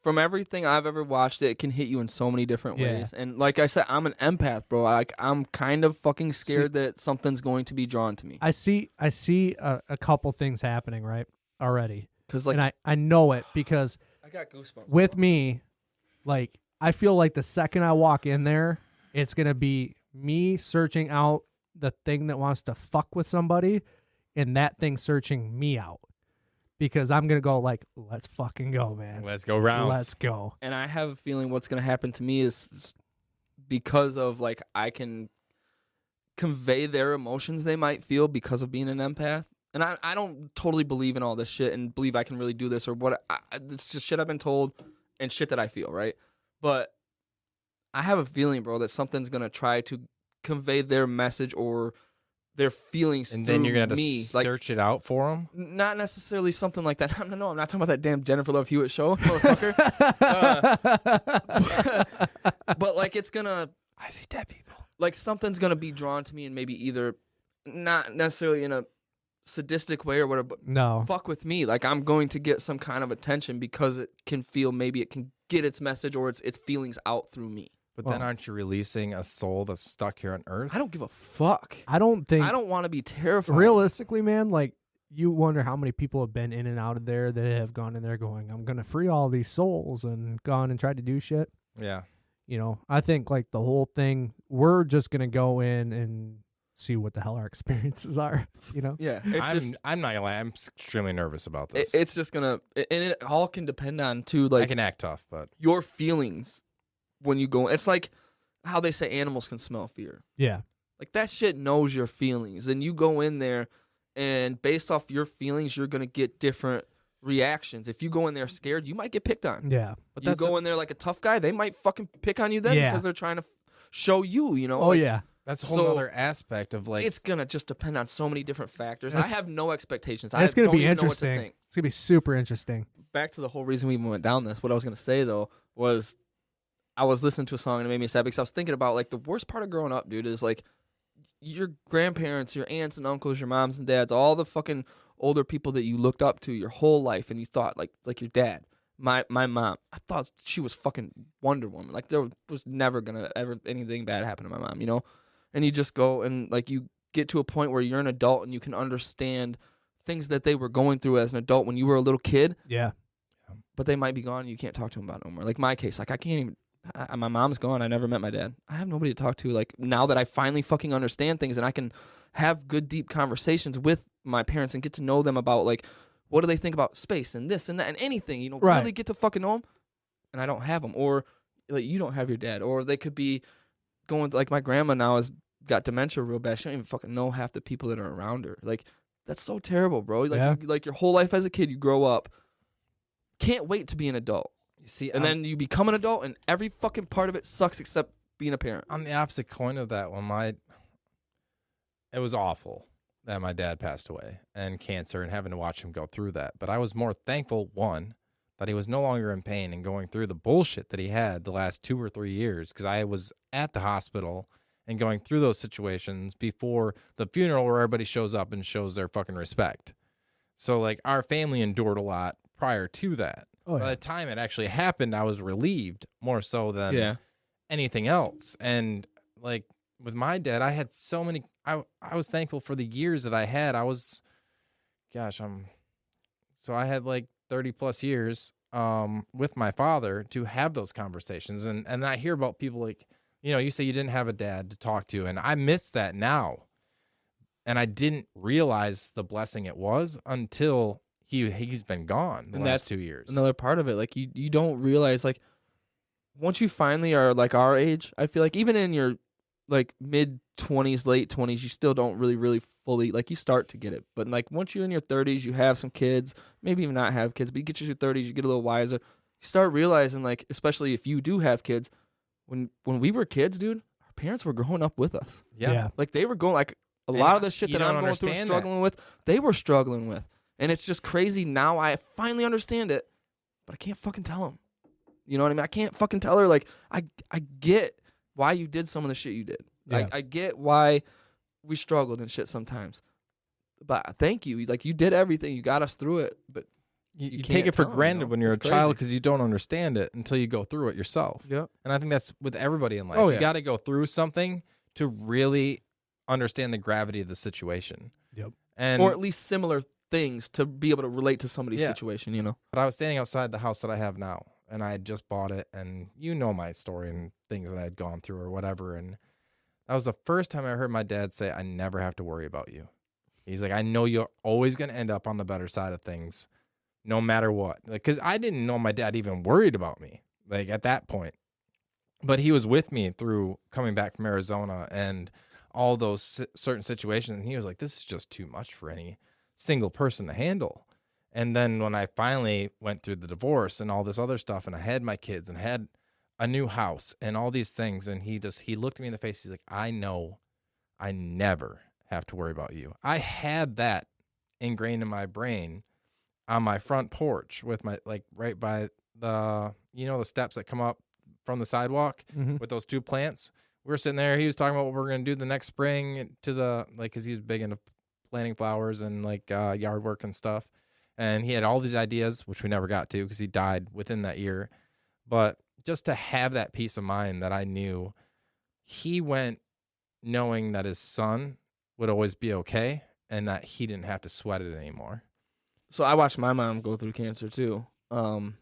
Speaker 2: from everything I've ever watched, it can hit you in so many different
Speaker 1: Yeah.
Speaker 2: ways. And like I said, I'm an empath, bro. Like I'm kind of fucking scared that something's going to be drawn to me.
Speaker 1: I see I see a, a couple things happening right already,
Speaker 2: Cause like
Speaker 1: and I I know it because
Speaker 2: I got goosebumps.
Speaker 1: with me, like I feel like the second I walk in there, it's gonna be me searching out the thing that wants to fuck with somebody, and that thing searching me out because I'm gonna go like, let's fucking go, man,
Speaker 3: Let's go rounds.
Speaker 1: let's go.
Speaker 2: and I have a feeling what's going to happen to me is s- because of like I can convey their emotions they might feel because of being an empath. And I, I don't totally believe in all this shit and believe I can really do this or what. I, I- it's just shit I've been told and shit that I feel, right? But I have a feeling, bro, that something's going to try to convey their message or their feelings
Speaker 3: and then
Speaker 2: through
Speaker 3: you're gonna have to
Speaker 2: me. like,
Speaker 3: search it out for them.
Speaker 2: not necessarily something like that. No, no, I'm not talking about that damn Jennifer Love Hewitt show, motherfucker.
Speaker 3: Uh.
Speaker 2: but like it's gonna
Speaker 3: I see dead people.
Speaker 2: like something's gonna be drawn to me and maybe either not necessarily in a sadistic way or whatever but
Speaker 1: no,
Speaker 2: fuck with me like i'm going to get some kind of attention because it can feel maybe it can get its message or its its feelings out through me
Speaker 3: But
Speaker 1: Well-
Speaker 3: then aren't you releasing a soul that's stuck here on Earth?
Speaker 2: i don't give a fuck
Speaker 1: I don't think
Speaker 2: i don't want to be terrified
Speaker 1: realistically, man, like. You wonder how many people have been in and out of there that have gone in there going, I'm going to free all these souls and gone and tried to do shit.
Speaker 3: Yeah.
Speaker 1: you know, I think like the whole thing, we're just gonna go in and see what the hell our experiences are. You know,
Speaker 2: yeah it's
Speaker 3: I'm.
Speaker 2: just
Speaker 3: I'm not gonna lie. I'm extremely nervous about
Speaker 2: it,
Speaker 3: this.
Speaker 2: it's just gonna and it all can depend on too
Speaker 3: I
Speaker 2: like
Speaker 3: can act tough, but
Speaker 2: your feelings when you go it's like how they say animals can smell fear
Speaker 1: yeah,
Speaker 2: Like that shit knows your feelings. And you go in there and based off your feelings, you're gonna get different reactions. If you go in there scared, you might get picked on.
Speaker 1: yeah.
Speaker 2: But you
Speaker 3: that's
Speaker 2: go in there like a tough guy, they might fucking pick on you then
Speaker 1: Yeah.
Speaker 2: because they're trying to f- show you, you know.
Speaker 1: Oh
Speaker 2: like,
Speaker 1: yeah,
Speaker 3: that's a whole
Speaker 2: So-
Speaker 3: other aspect of like
Speaker 2: it's gonna just depend on so many different factors. I
Speaker 1: That's-
Speaker 2: have no expectations. I
Speaker 1: it's gonna
Speaker 2: don't
Speaker 1: be
Speaker 2: even know what to
Speaker 1: interesting.
Speaker 2: think.
Speaker 1: It's gonna be super interesting.
Speaker 2: Back to the whole reason we even went down this. What I was gonna say though was, I was listening to a song and it made me sad because I was thinking about like the worst part of growing up, dude, is like your grandparents, your aunts and uncles, your moms and dads, all the fucking older people that you looked up to your whole life and you thought like like your dad. My my mom, I thought she was fucking Wonder Woman. Like there was never gonna ever anything bad happen to my mom, you know? And you just go and like you get to a point where you're an adult and you can understand things that they were going through as an adult when you were a little kid,
Speaker 1: Yeah.
Speaker 2: but they might be gone and you can't talk to them about it no more. Like my case, like I can't even. I, I- my mom's gone. I never met my dad. I have nobody to talk to. Like now that I finally fucking understand things and I can have good deep conversations with my parents and get to know them about like what do they think about space and this and that and anything. You know,
Speaker 1: Right.
Speaker 2: really get to fucking know them. And I don't have them, or like you don't have your dad, or they could be going like my grandma now has got dementia real bad. She don't even fucking know half the people that are around her. Like that's so terrible, bro. Like
Speaker 1: Yeah.
Speaker 2: you, like your whole life as a kid, you grow up, can't wait to be an adult,
Speaker 3: You see,
Speaker 2: and then you become an adult, and every fucking part of it sucks except being a parent.
Speaker 3: on the opposite coin of that one, my it was awful that my dad passed away and cancer and having to watch him go through that. But I was more thankful one that he was no longer in pain and going through the bullshit that he had the last two or three years because I was at the hospital and going through those situations before the funeral where everybody shows up and shows their fucking respect. So like our family endured a lot prior to that.
Speaker 1: Oh,
Speaker 3: By
Speaker 1: yeah.
Speaker 3: the time it actually happened, I was relieved more so than anything else. And like with my dad, I had so many. I I was thankful for the years that I had. I was, gosh, I'm. So I had like thirty plus years um with my father to have those conversations, and and I hear about people like you know you say you didn't have a dad to talk to, and I miss that now. And I didn't realize the blessing it was until he he's been gone the
Speaker 2: And
Speaker 3: last
Speaker 2: that's
Speaker 3: two years.
Speaker 2: another part of it. Like you, you don't realize like once you finally are like our age, I feel like even in your like mid twenties, late twenties, you still don't really, really fully like you start to get it. But like once you're in your thirties, you have some kids, maybe even not have kids, but you get to your thirties, you get a little wiser. You start realizing like, especially if you do have kids, when when we were kids, dude, our parents were growing up with us.
Speaker 1: Yeah.
Speaker 2: Like they were going like a
Speaker 3: And
Speaker 2: lot
Speaker 3: I-
Speaker 2: of the shit
Speaker 3: you
Speaker 2: that I'm
Speaker 3: don't
Speaker 2: going through, and
Speaker 3: understand that.
Speaker 2: struggling with, they were struggling with, and it's just crazy. Now I finally understand it, but I can't fucking tell them. You know what I mean? I can't fucking tell her like I I get why you did some of the shit you did.
Speaker 1: Yeah.
Speaker 2: Like I get why we struggled and shit sometimes. But thank you. Like you did everything. You got us through it. But
Speaker 3: you,
Speaker 2: You
Speaker 3: you take
Speaker 2: can't
Speaker 3: it for
Speaker 2: tell, you
Speaker 3: granted
Speaker 2: know?
Speaker 3: when you're
Speaker 2: It's
Speaker 3: a child
Speaker 2: crazy.
Speaker 3: because you don't understand it until you go through it yourself.
Speaker 2: yeah,
Speaker 3: And I think that's with everybody in life.
Speaker 2: Oh, yeah.
Speaker 3: You got to go through something to really understand the gravity of the situation.
Speaker 1: Yep.
Speaker 3: And
Speaker 2: or at least similar things to be able to relate to somebody's
Speaker 3: Yeah.
Speaker 2: situation. You know.
Speaker 3: but I was standing outside the house that I have now, and I had just bought it, and you know my story and things that I had gone through or whatever. And that was the first time I heard my dad say, "I never have to worry about you." He's like, "I know you're always going to end up on the better side of things, no matter what." Like, because I didn't know my dad even worried about me, like at that point. But he was with me through coming back from Arizona and all those si- certain situations, and he was like, "This is just too much for any single person to handle." And then when I finally went through the divorce and all this other stuff, and I had my kids and had a new house and all these things, and he just he looked me in the face. He's like, I know, I never have to worry about you. I had that ingrained in my brain on my front porch with my like right by the you know the steps that come up from the sidewalk
Speaker 1: Mhm.
Speaker 3: with those two plants. We were sitting there. He was talking about what we are gonna do the next spring to the like, cause he was big into planting flowers and like uh, yard work and stuff. And he had all these ideas, which we never got to because he died within that year. But just to have that peace of mind that I knew he went knowing that his son would always be okay and that he didn't have to sweat it anymore.
Speaker 2: so I watched my mom go through cancer too. Um,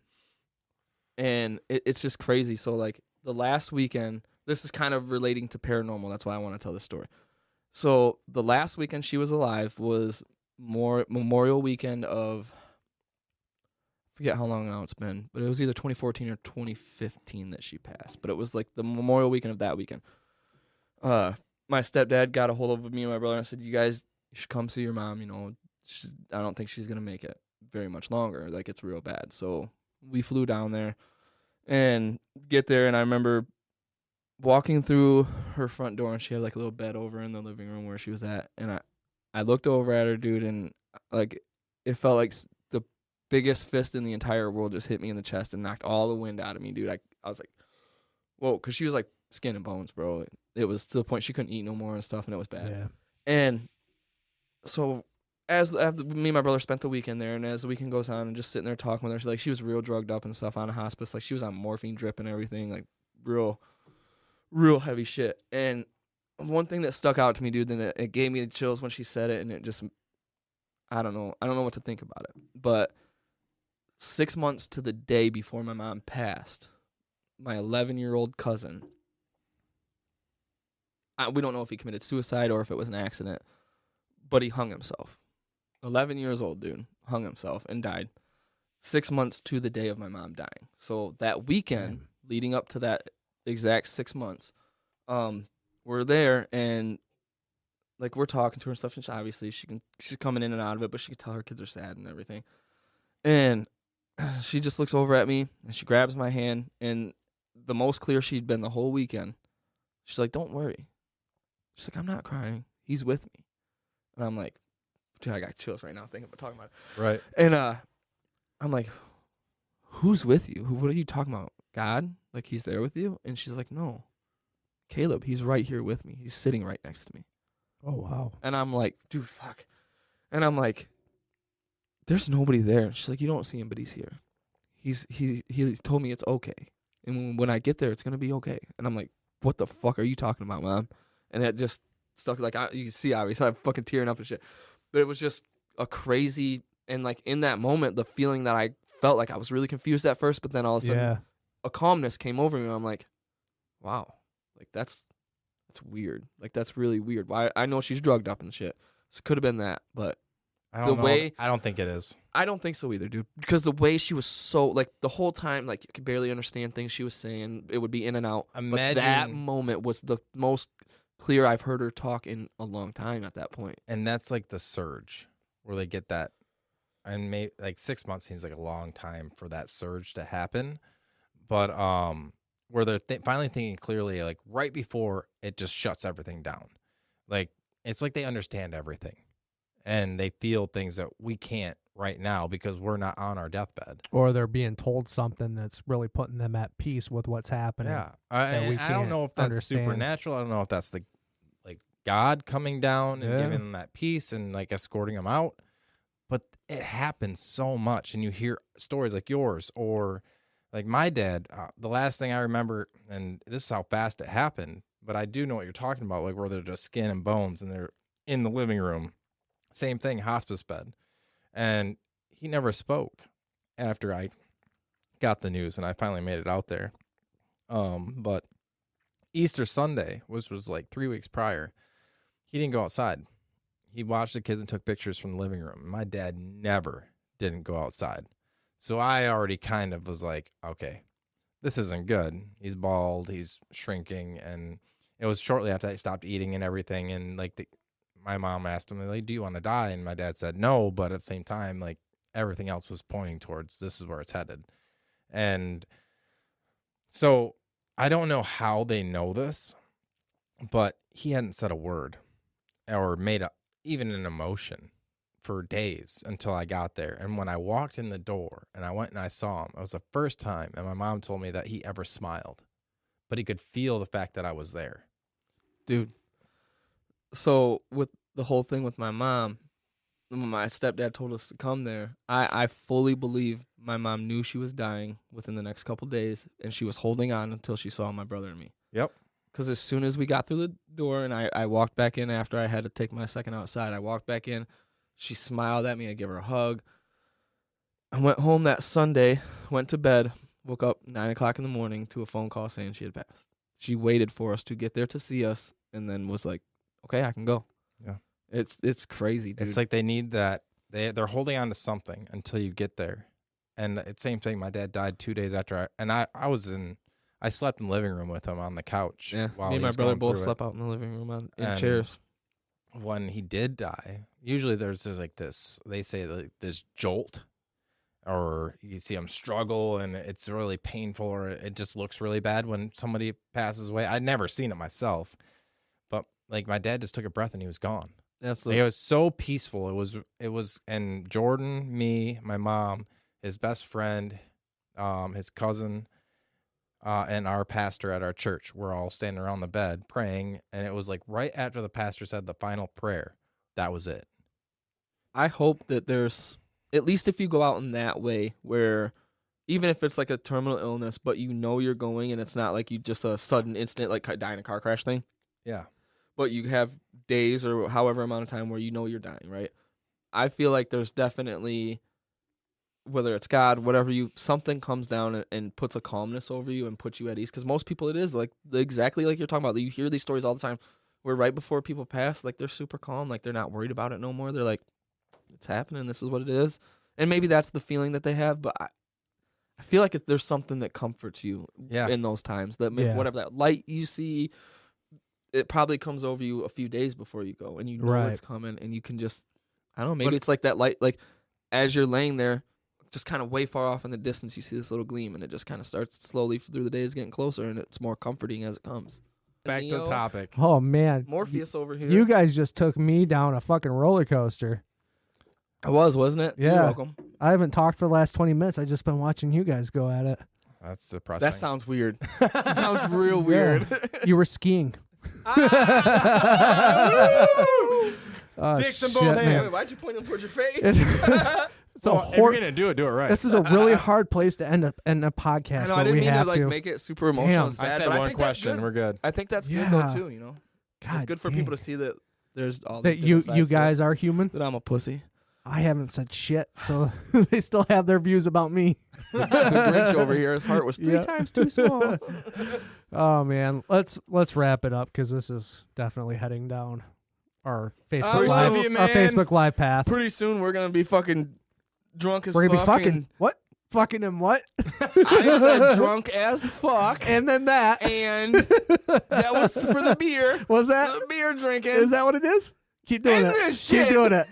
Speaker 2: and it, it's just crazy. So like the last weekend, this is kind of relating to paranormal. That's why I want to tell this story. So the last weekend she was alive was more Memorial Weekend of I forget how long now it's been, but it was either 2014 or 2015 that she passed. But it was like the Memorial Weekend of that weekend. Uh, my stepdad got a hold of me and my brother and said, "You guys should come see your mom. You know, she's, I don't think she's gonna make it very much longer. Like it's real bad. So we flew down there and get there, and I remember walking through her front door, and she had like a little bed over in the living room where she was at, and I, I looked over at her, dude, and like it felt like s- the biggest fist in the entire world just hit me in the chest and knocked all the wind out of me, dude. I I was like, whoa, because she was like skin and bones, bro. It was to the point she couldn't eat no more and stuff, and it was bad.
Speaker 1: Yeah.
Speaker 2: And so as after me and my brother spent the weekend there, and as the weekend goes on, and just sitting there talking with her, she, like she was real drugged up and stuff on a hospice, like she was on morphine drip and everything, like real, real heavy shit. And one thing that stuck out to me, dude, and it, it gave me the chills when she said it, and it just, I don't know, I don't know what to think about it. But six months to the day before my mom passed, my 11 year old cousin, I, we don't know if he committed suicide or if it was an accident, but he hung himself. 11 years old, dude, hung himself and died six months to the day of my mom dying. So that weekend leading up to that exact six months, um, we're there and like we're talking to her and stuff. And she, obviously, she can she's coming in and out of it, but she can tell her kids are sad and everything. And she just looks over at me and she grabs my hand and the most clear she'd been the whole weekend. She's like, "Don't worry." She's like, "I'm not crying. He's with me." And I'm like, "Dude, I got chills right now thinking about talking about it."
Speaker 3: Right.
Speaker 2: And uh, I'm like, who's with you? Who? What are you talking about? God? Like he's there with you? And she's like, no, Caleb, he's right here with me. He's sitting right next to me.
Speaker 1: Oh wow.
Speaker 2: And I'm like, dude, fuck. And I'm like, there's nobody there. And she's like, you don't see him, but he's here. He's he he told me it's okay. And when, when I get there, it's gonna be okay. And I'm like, what the fuck are you talking about, mom? And that just stuck. Like I, you can see, obviously, I'm fucking tearing up and shit. But it was just a crazy and like in that moment, the feeling that I felt like I was really confused at first, but then all of a sudden,
Speaker 1: Yeah.
Speaker 2: a calmness came over me. And I'm like, wow, like that's that's weird. Like that's really weird. Why I know she's drugged up and shit. So could have been that, but
Speaker 3: I
Speaker 2: The
Speaker 3: don't know.
Speaker 2: way-
Speaker 3: I don't think it is.
Speaker 2: I don't think so either, dude. Because the way she was so like the whole time, like you could barely understand things she was saying. It would be in and out. But that
Speaker 3: Imagine-
Speaker 2: moment was the most clear I've heard her talk in a long time at that point.
Speaker 3: And that's like the surge where they get that. And may like six months seems like a long time for that surge to happen. But um, where they're th- finally thinking clearly, like right before it just shuts everything down. Like it's like they understand everything and they feel things that we can't right now because we're not on our deathbed.
Speaker 1: Or they're being told something that's really putting them at peace with what's happening.
Speaker 3: Yeah, I,
Speaker 1: um, that we
Speaker 3: and I don't
Speaker 1: can't
Speaker 3: know if that's
Speaker 1: understand.
Speaker 3: supernatural. I don't know if that's the like God coming down and
Speaker 1: Yeah.
Speaker 3: giving them that peace and like escorting them out. But it happens so much, and you hear stories like yours or like my dad. Uh, the last thing I remember, and this is how fast it happened, but I do know what you're talking about. Like where they're just skin and bones, and they're in the living room. Same thing, hospice bed, and he never spoke after I got the news and I finally made it out there. Um, but Easter Sunday, which was like three weeks prior, he didn't go outside. He watched the kids and took pictures from the living room. My dad never didn't go outside. So I already kind of was like, okay, this isn't good. He's bald, he's shrinking, and it was shortly after I stopped eating and everything. And like the, my mom asked him, like, do you want to die? And my dad said no, but at the same time, like everything else was pointing towards this is where it's headed. And so I don't know how they know this, but he hadn't said a word or made a, even an emotion for days until I got there. And when I walked in the door and I went and I saw him, it was the first time. And my mom told me that he ever smiled, but he could feel the fact that I was there.
Speaker 2: dude. So with the whole thing with my mom, when my stepdad told us to come there, I I fully believe my mom knew she was dying within the next couple days, and she was holding on until she saw my brother and me.
Speaker 3: Yep.
Speaker 2: Because as soon as we got through the door and I, I walked back in after I had to take my second outside, I walked back in. She smiled at me. I gave her a hug. I went home that Sunday, went to bed, woke up nine o'clock in the morning to a phone call saying she had passed. She waited for us to get there to see us and then was like, okay, I can go.
Speaker 3: Yeah.
Speaker 2: It's it's crazy, dude.
Speaker 3: It's like they need that. They they're holding on to something until you get there. And it's same thing. My dad died two days after I and I, I was in I slept in the living room with him on the couch.
Speaker 2: yeah.
Speaker 3: while
Speaker 2: Me
Speaker 3: he
Speaker 2: and my
Speaker 3: was
Speaker 2: brother
Speaker 3: going
Speaker 2: both
Speaker 3: through it.
Speaker 2: slept out in the living room on, in
Speaker 3: And-
Speaker 2: chairs.
Speaker 3: when he did die, usually there's, there's like this, they say like this jolt, or you see him struggle and it's really painful, or it just looks really bad when somebody passes away. I'd never seen it myself, but like my dad just took a breath and he was gone.
Speaker 2: That's
Speaker 3: Like, it
Speaker 2: the,
Speaker 3: was so peaceful. It was it was and Jordan, me, my mom, his best friend, um, his cousin, uh, and our pastor at our church were all standing around the bed praying, and it was like right after the pastor said the final prayer, that was it.
Speaker 2: I hope that there's at least if you go out in that way where even if it's like a terminal illness, but you know you're going and it's not like you just a sudden instant like ca- die in a car crash thing.
Speaker 3: Yeah.
Speaker 2: but you have days or however amount of time where you know you're dying, right? I feel like there's definitely whether it's God, whatever you something comes down and, and puts a calmness over you and puts you at ease. Because most people, it is like exactly like you're talking about. You hear these stories all the time where right before people pass, like they're super calm, like they're not worried about it no more. They're like, it's happening. This is what it is. And maybe that's the feeling that they have, but I, I feel like if there's something that comforts you
Speaker 3: Yeah.
Speaker 2: in those times, that maybe
Speaker 1: Yeah.
Speaker 2: whatever that light you see, it probably comes over you a few days before you go, and you know
Speaker 1: Right.
Speaker 2: it's coming, and you can just, I don't know, maybe it's like that light, like as you're laying there, just kind of way far off in the distance, you see this little gleam, and it just kind of starts slowly through the days, getting closer, and it's more comforting as it comes.
Speaker 3: Back to the
Speaker 2: Neo,
Speaker 3: topic.
Speaker 1: Oh man,
Speaker 2: Morpheus over here.
Speaker 1: You guys just took me down a fucking roller coaster.
Speaker 2: I was, wasn't it? You're
Speaker 1: Yeah.
Speaker 2: welcome.
Speaker 1: I haven't talked for the last 20 minutes. I just been watching you guys go at it.
Speaker 3: That's depressing.
Speaker 2: That sounds weird. That sounds real
Speaker 1: Yeah.
Speaker 2: weird.
Speaker 1: You were skiing. Oh,
Speaker 3: Ah! Dicks in
Speaker 1: shit,
Speaker 3: both
Speaker 1: man.
Speaker 3: hands.
Speaker 2: why'd you point him towards your face?
Speaker 1: It's, it's a
Speaker 3: Oh, if you're
Speaker 1: hor-
Speaker 3: gonna do it, do it right.
Speaker 1: This is a really hard place to end up end a podcast,
Speaker 2: I know
Speaker 1: but
Speaker 2: I didn't
Speaker 1: we
Speaker 2: mean to
Speaker 1: have
Speaker 2: like
Speaker 1: to.
Speaker 2: make it super emotional.
Speaker 1: Damn.
Speaker 2: And
Speaker 3: I
Speaker 2: sad,
Speaker 3: said
Speaker 2: but I
Speaker 3: one
Speaker 2: think that's
Speaker 3: question.
Speaker 2: good.
Speaker 3: We're good.
Speaker 2: I think that's
Speaker 1: Yeah.
Speaker 2: good though too. You know, it's
Speaker 1: God
Speaker 2: good for people
Speaker 1: dang.
Speaker 2: to see that there's all these
Speaker 1: that you
Speaker 2: different
Speaker 1: you
Speaker 2: sides to us.
Speaker 1: guys are human.
Speaker 2: that I'm a pussy.
Speaker 1: I haven't said shit, so they still have their views about me.
Speaker 2: the Grinch over here, his heart was three
Speaker 1: Yeah.
Speaker 2: times too small.
Speaker 1: Oh man, let's let's wrap it up because this is definitely heading down our Facebook
Speaker 3: love
Speaker 1: live
Speaker 3: you,
Speaker 1: our
Speaker 3: man.
Speaker 1: Facebook live path.
Speaker 2: Pretty soon we're gonna be fucking drunk as
Speaker 1: We're gonna be
Speaker 2: fuck
Speaker 1: fucking what? Fucking and what?
Speaker 2: and- I said drunk as fuck,
Speaker 1: and then that
Speaker 2: and that was for the beer.
Speaker 1: was that.
Speaker 2: The beer drinking.
Speaker 1: Is that what it is? Keep doing
Speaker 2: End
Speaker 1: it.
Speaker 2: this
Speaker 1: Keep
Speaker 2: shit.
Speaker 1: doing it.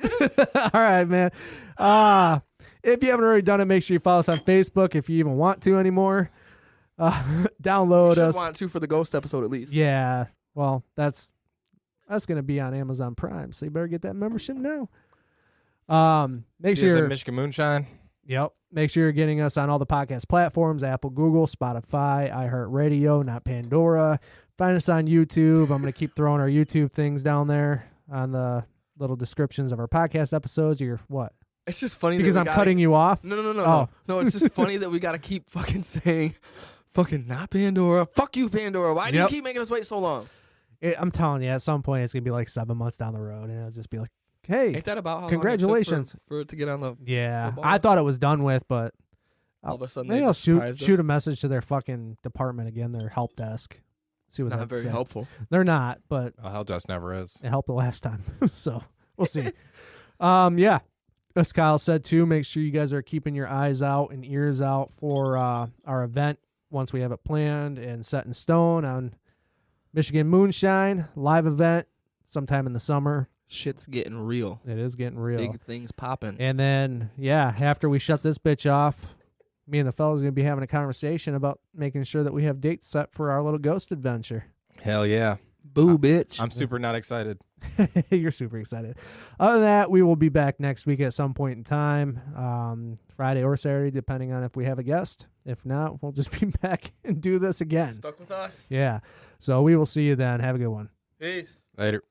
Speaker 1: All right, man. Uh, if you haven't already done it, make sure you follow us on Facebook if you even want to anymore. Uh, download
Speaker 2: should
Speaker 1: us.
Speaker 2: want to for the ghost episode at least.
Speaker 1: Yeah. Well, that's that's gonna be on Amazon Prime, so you better get that membership now. Um, make
Speaker 3: See us at
Speaker 1: sure
Speaker 3: Michigan Moonshine.
Speaker 1: Yep. Make sure you're getting us on all the podcast platforms Apple, Google, Spotify, iHeartRadio, not Pandora. Find us on YouTube. I'm going to keep throwing our YouTube things down there on the little descriptions of our podcast episodes. You're what?
Speaker 2: It's just funny
Speaker 1: Because
Speaker 2: that we
Speaker 1: I'm
Speaker 2: gotta-
Speaker 1: cutting you off?
Speaker 2: No, no, no, no,
Speaker 1: Oh.
Speaker 2: no. No, it's just funny that we gotta keep fucking saying, "Fucking not Pandora." Fuck you, Pandora. Why do
Speaker 1: Yep.
Speaker 2: you keep making us wait so long?
Speaker 1: It- I'm telling you, at some point, it's going to be like seven months down the road, and it'll just be like, hey.
Speaker 2: Ain't that about how
Speaker 1: Congratulations.
Speaker 2: long it took for, for it to get on the?
Speaker 1: Yeah.
Speaker 2: football.
Speaker 1: I thought it was done with, but
Speaker 2: All of a sudden,
Speaker 1: maybe
Speaker 2: they
Speaker 1: I'll
Speaker 2: just
Speaker 1: shoot,
Speaker 2: surprised
Speaker 1: shoot
Speaker 2: us.
Speaker 1: a message to their fucking department again, their help desk. See what
Speaker 2: Not
Speaker 1: that's
Speaker 2: very helpful.
Speaker 1: They're not, but
Speaker 3: Oh, hell, just never is.
Speaker 1: It helped the last time. so we'll see. um, yeah. As Kyle said too, make sure you guys are keeping your eyes out and ears out for uh, our event once we have it planned and set in stone on Michigan Moonshine live event sometime in the summer.
Speaker 2: Shit's getting real.
Speaker 1: It is getting real.
Speaker 2: Big things popping.
Speaker 1: And then yeah, after we shut this bitch off, me and the fellas gonna be having a conversation about making sure that we have dates set for our little ghost adventure.
Speaker 3: Hell yeah.
Speaker 2: Boo,
Speaker 1: Uh,
Speaker 2: bitch.
Speaker 3: I'm super not excited.
Speaker 1: You're super excited. Other than that, we will be back next week at some point in time, um, Friday or Saturday, depending on if we have a guest. If not, we'll just be back and do this again.
Speaker 2: stuck with us.
Speaker 1: Yeah. So we will see you then. Have a good one.
Speaker 2: Peace.
Speaker 3: Later.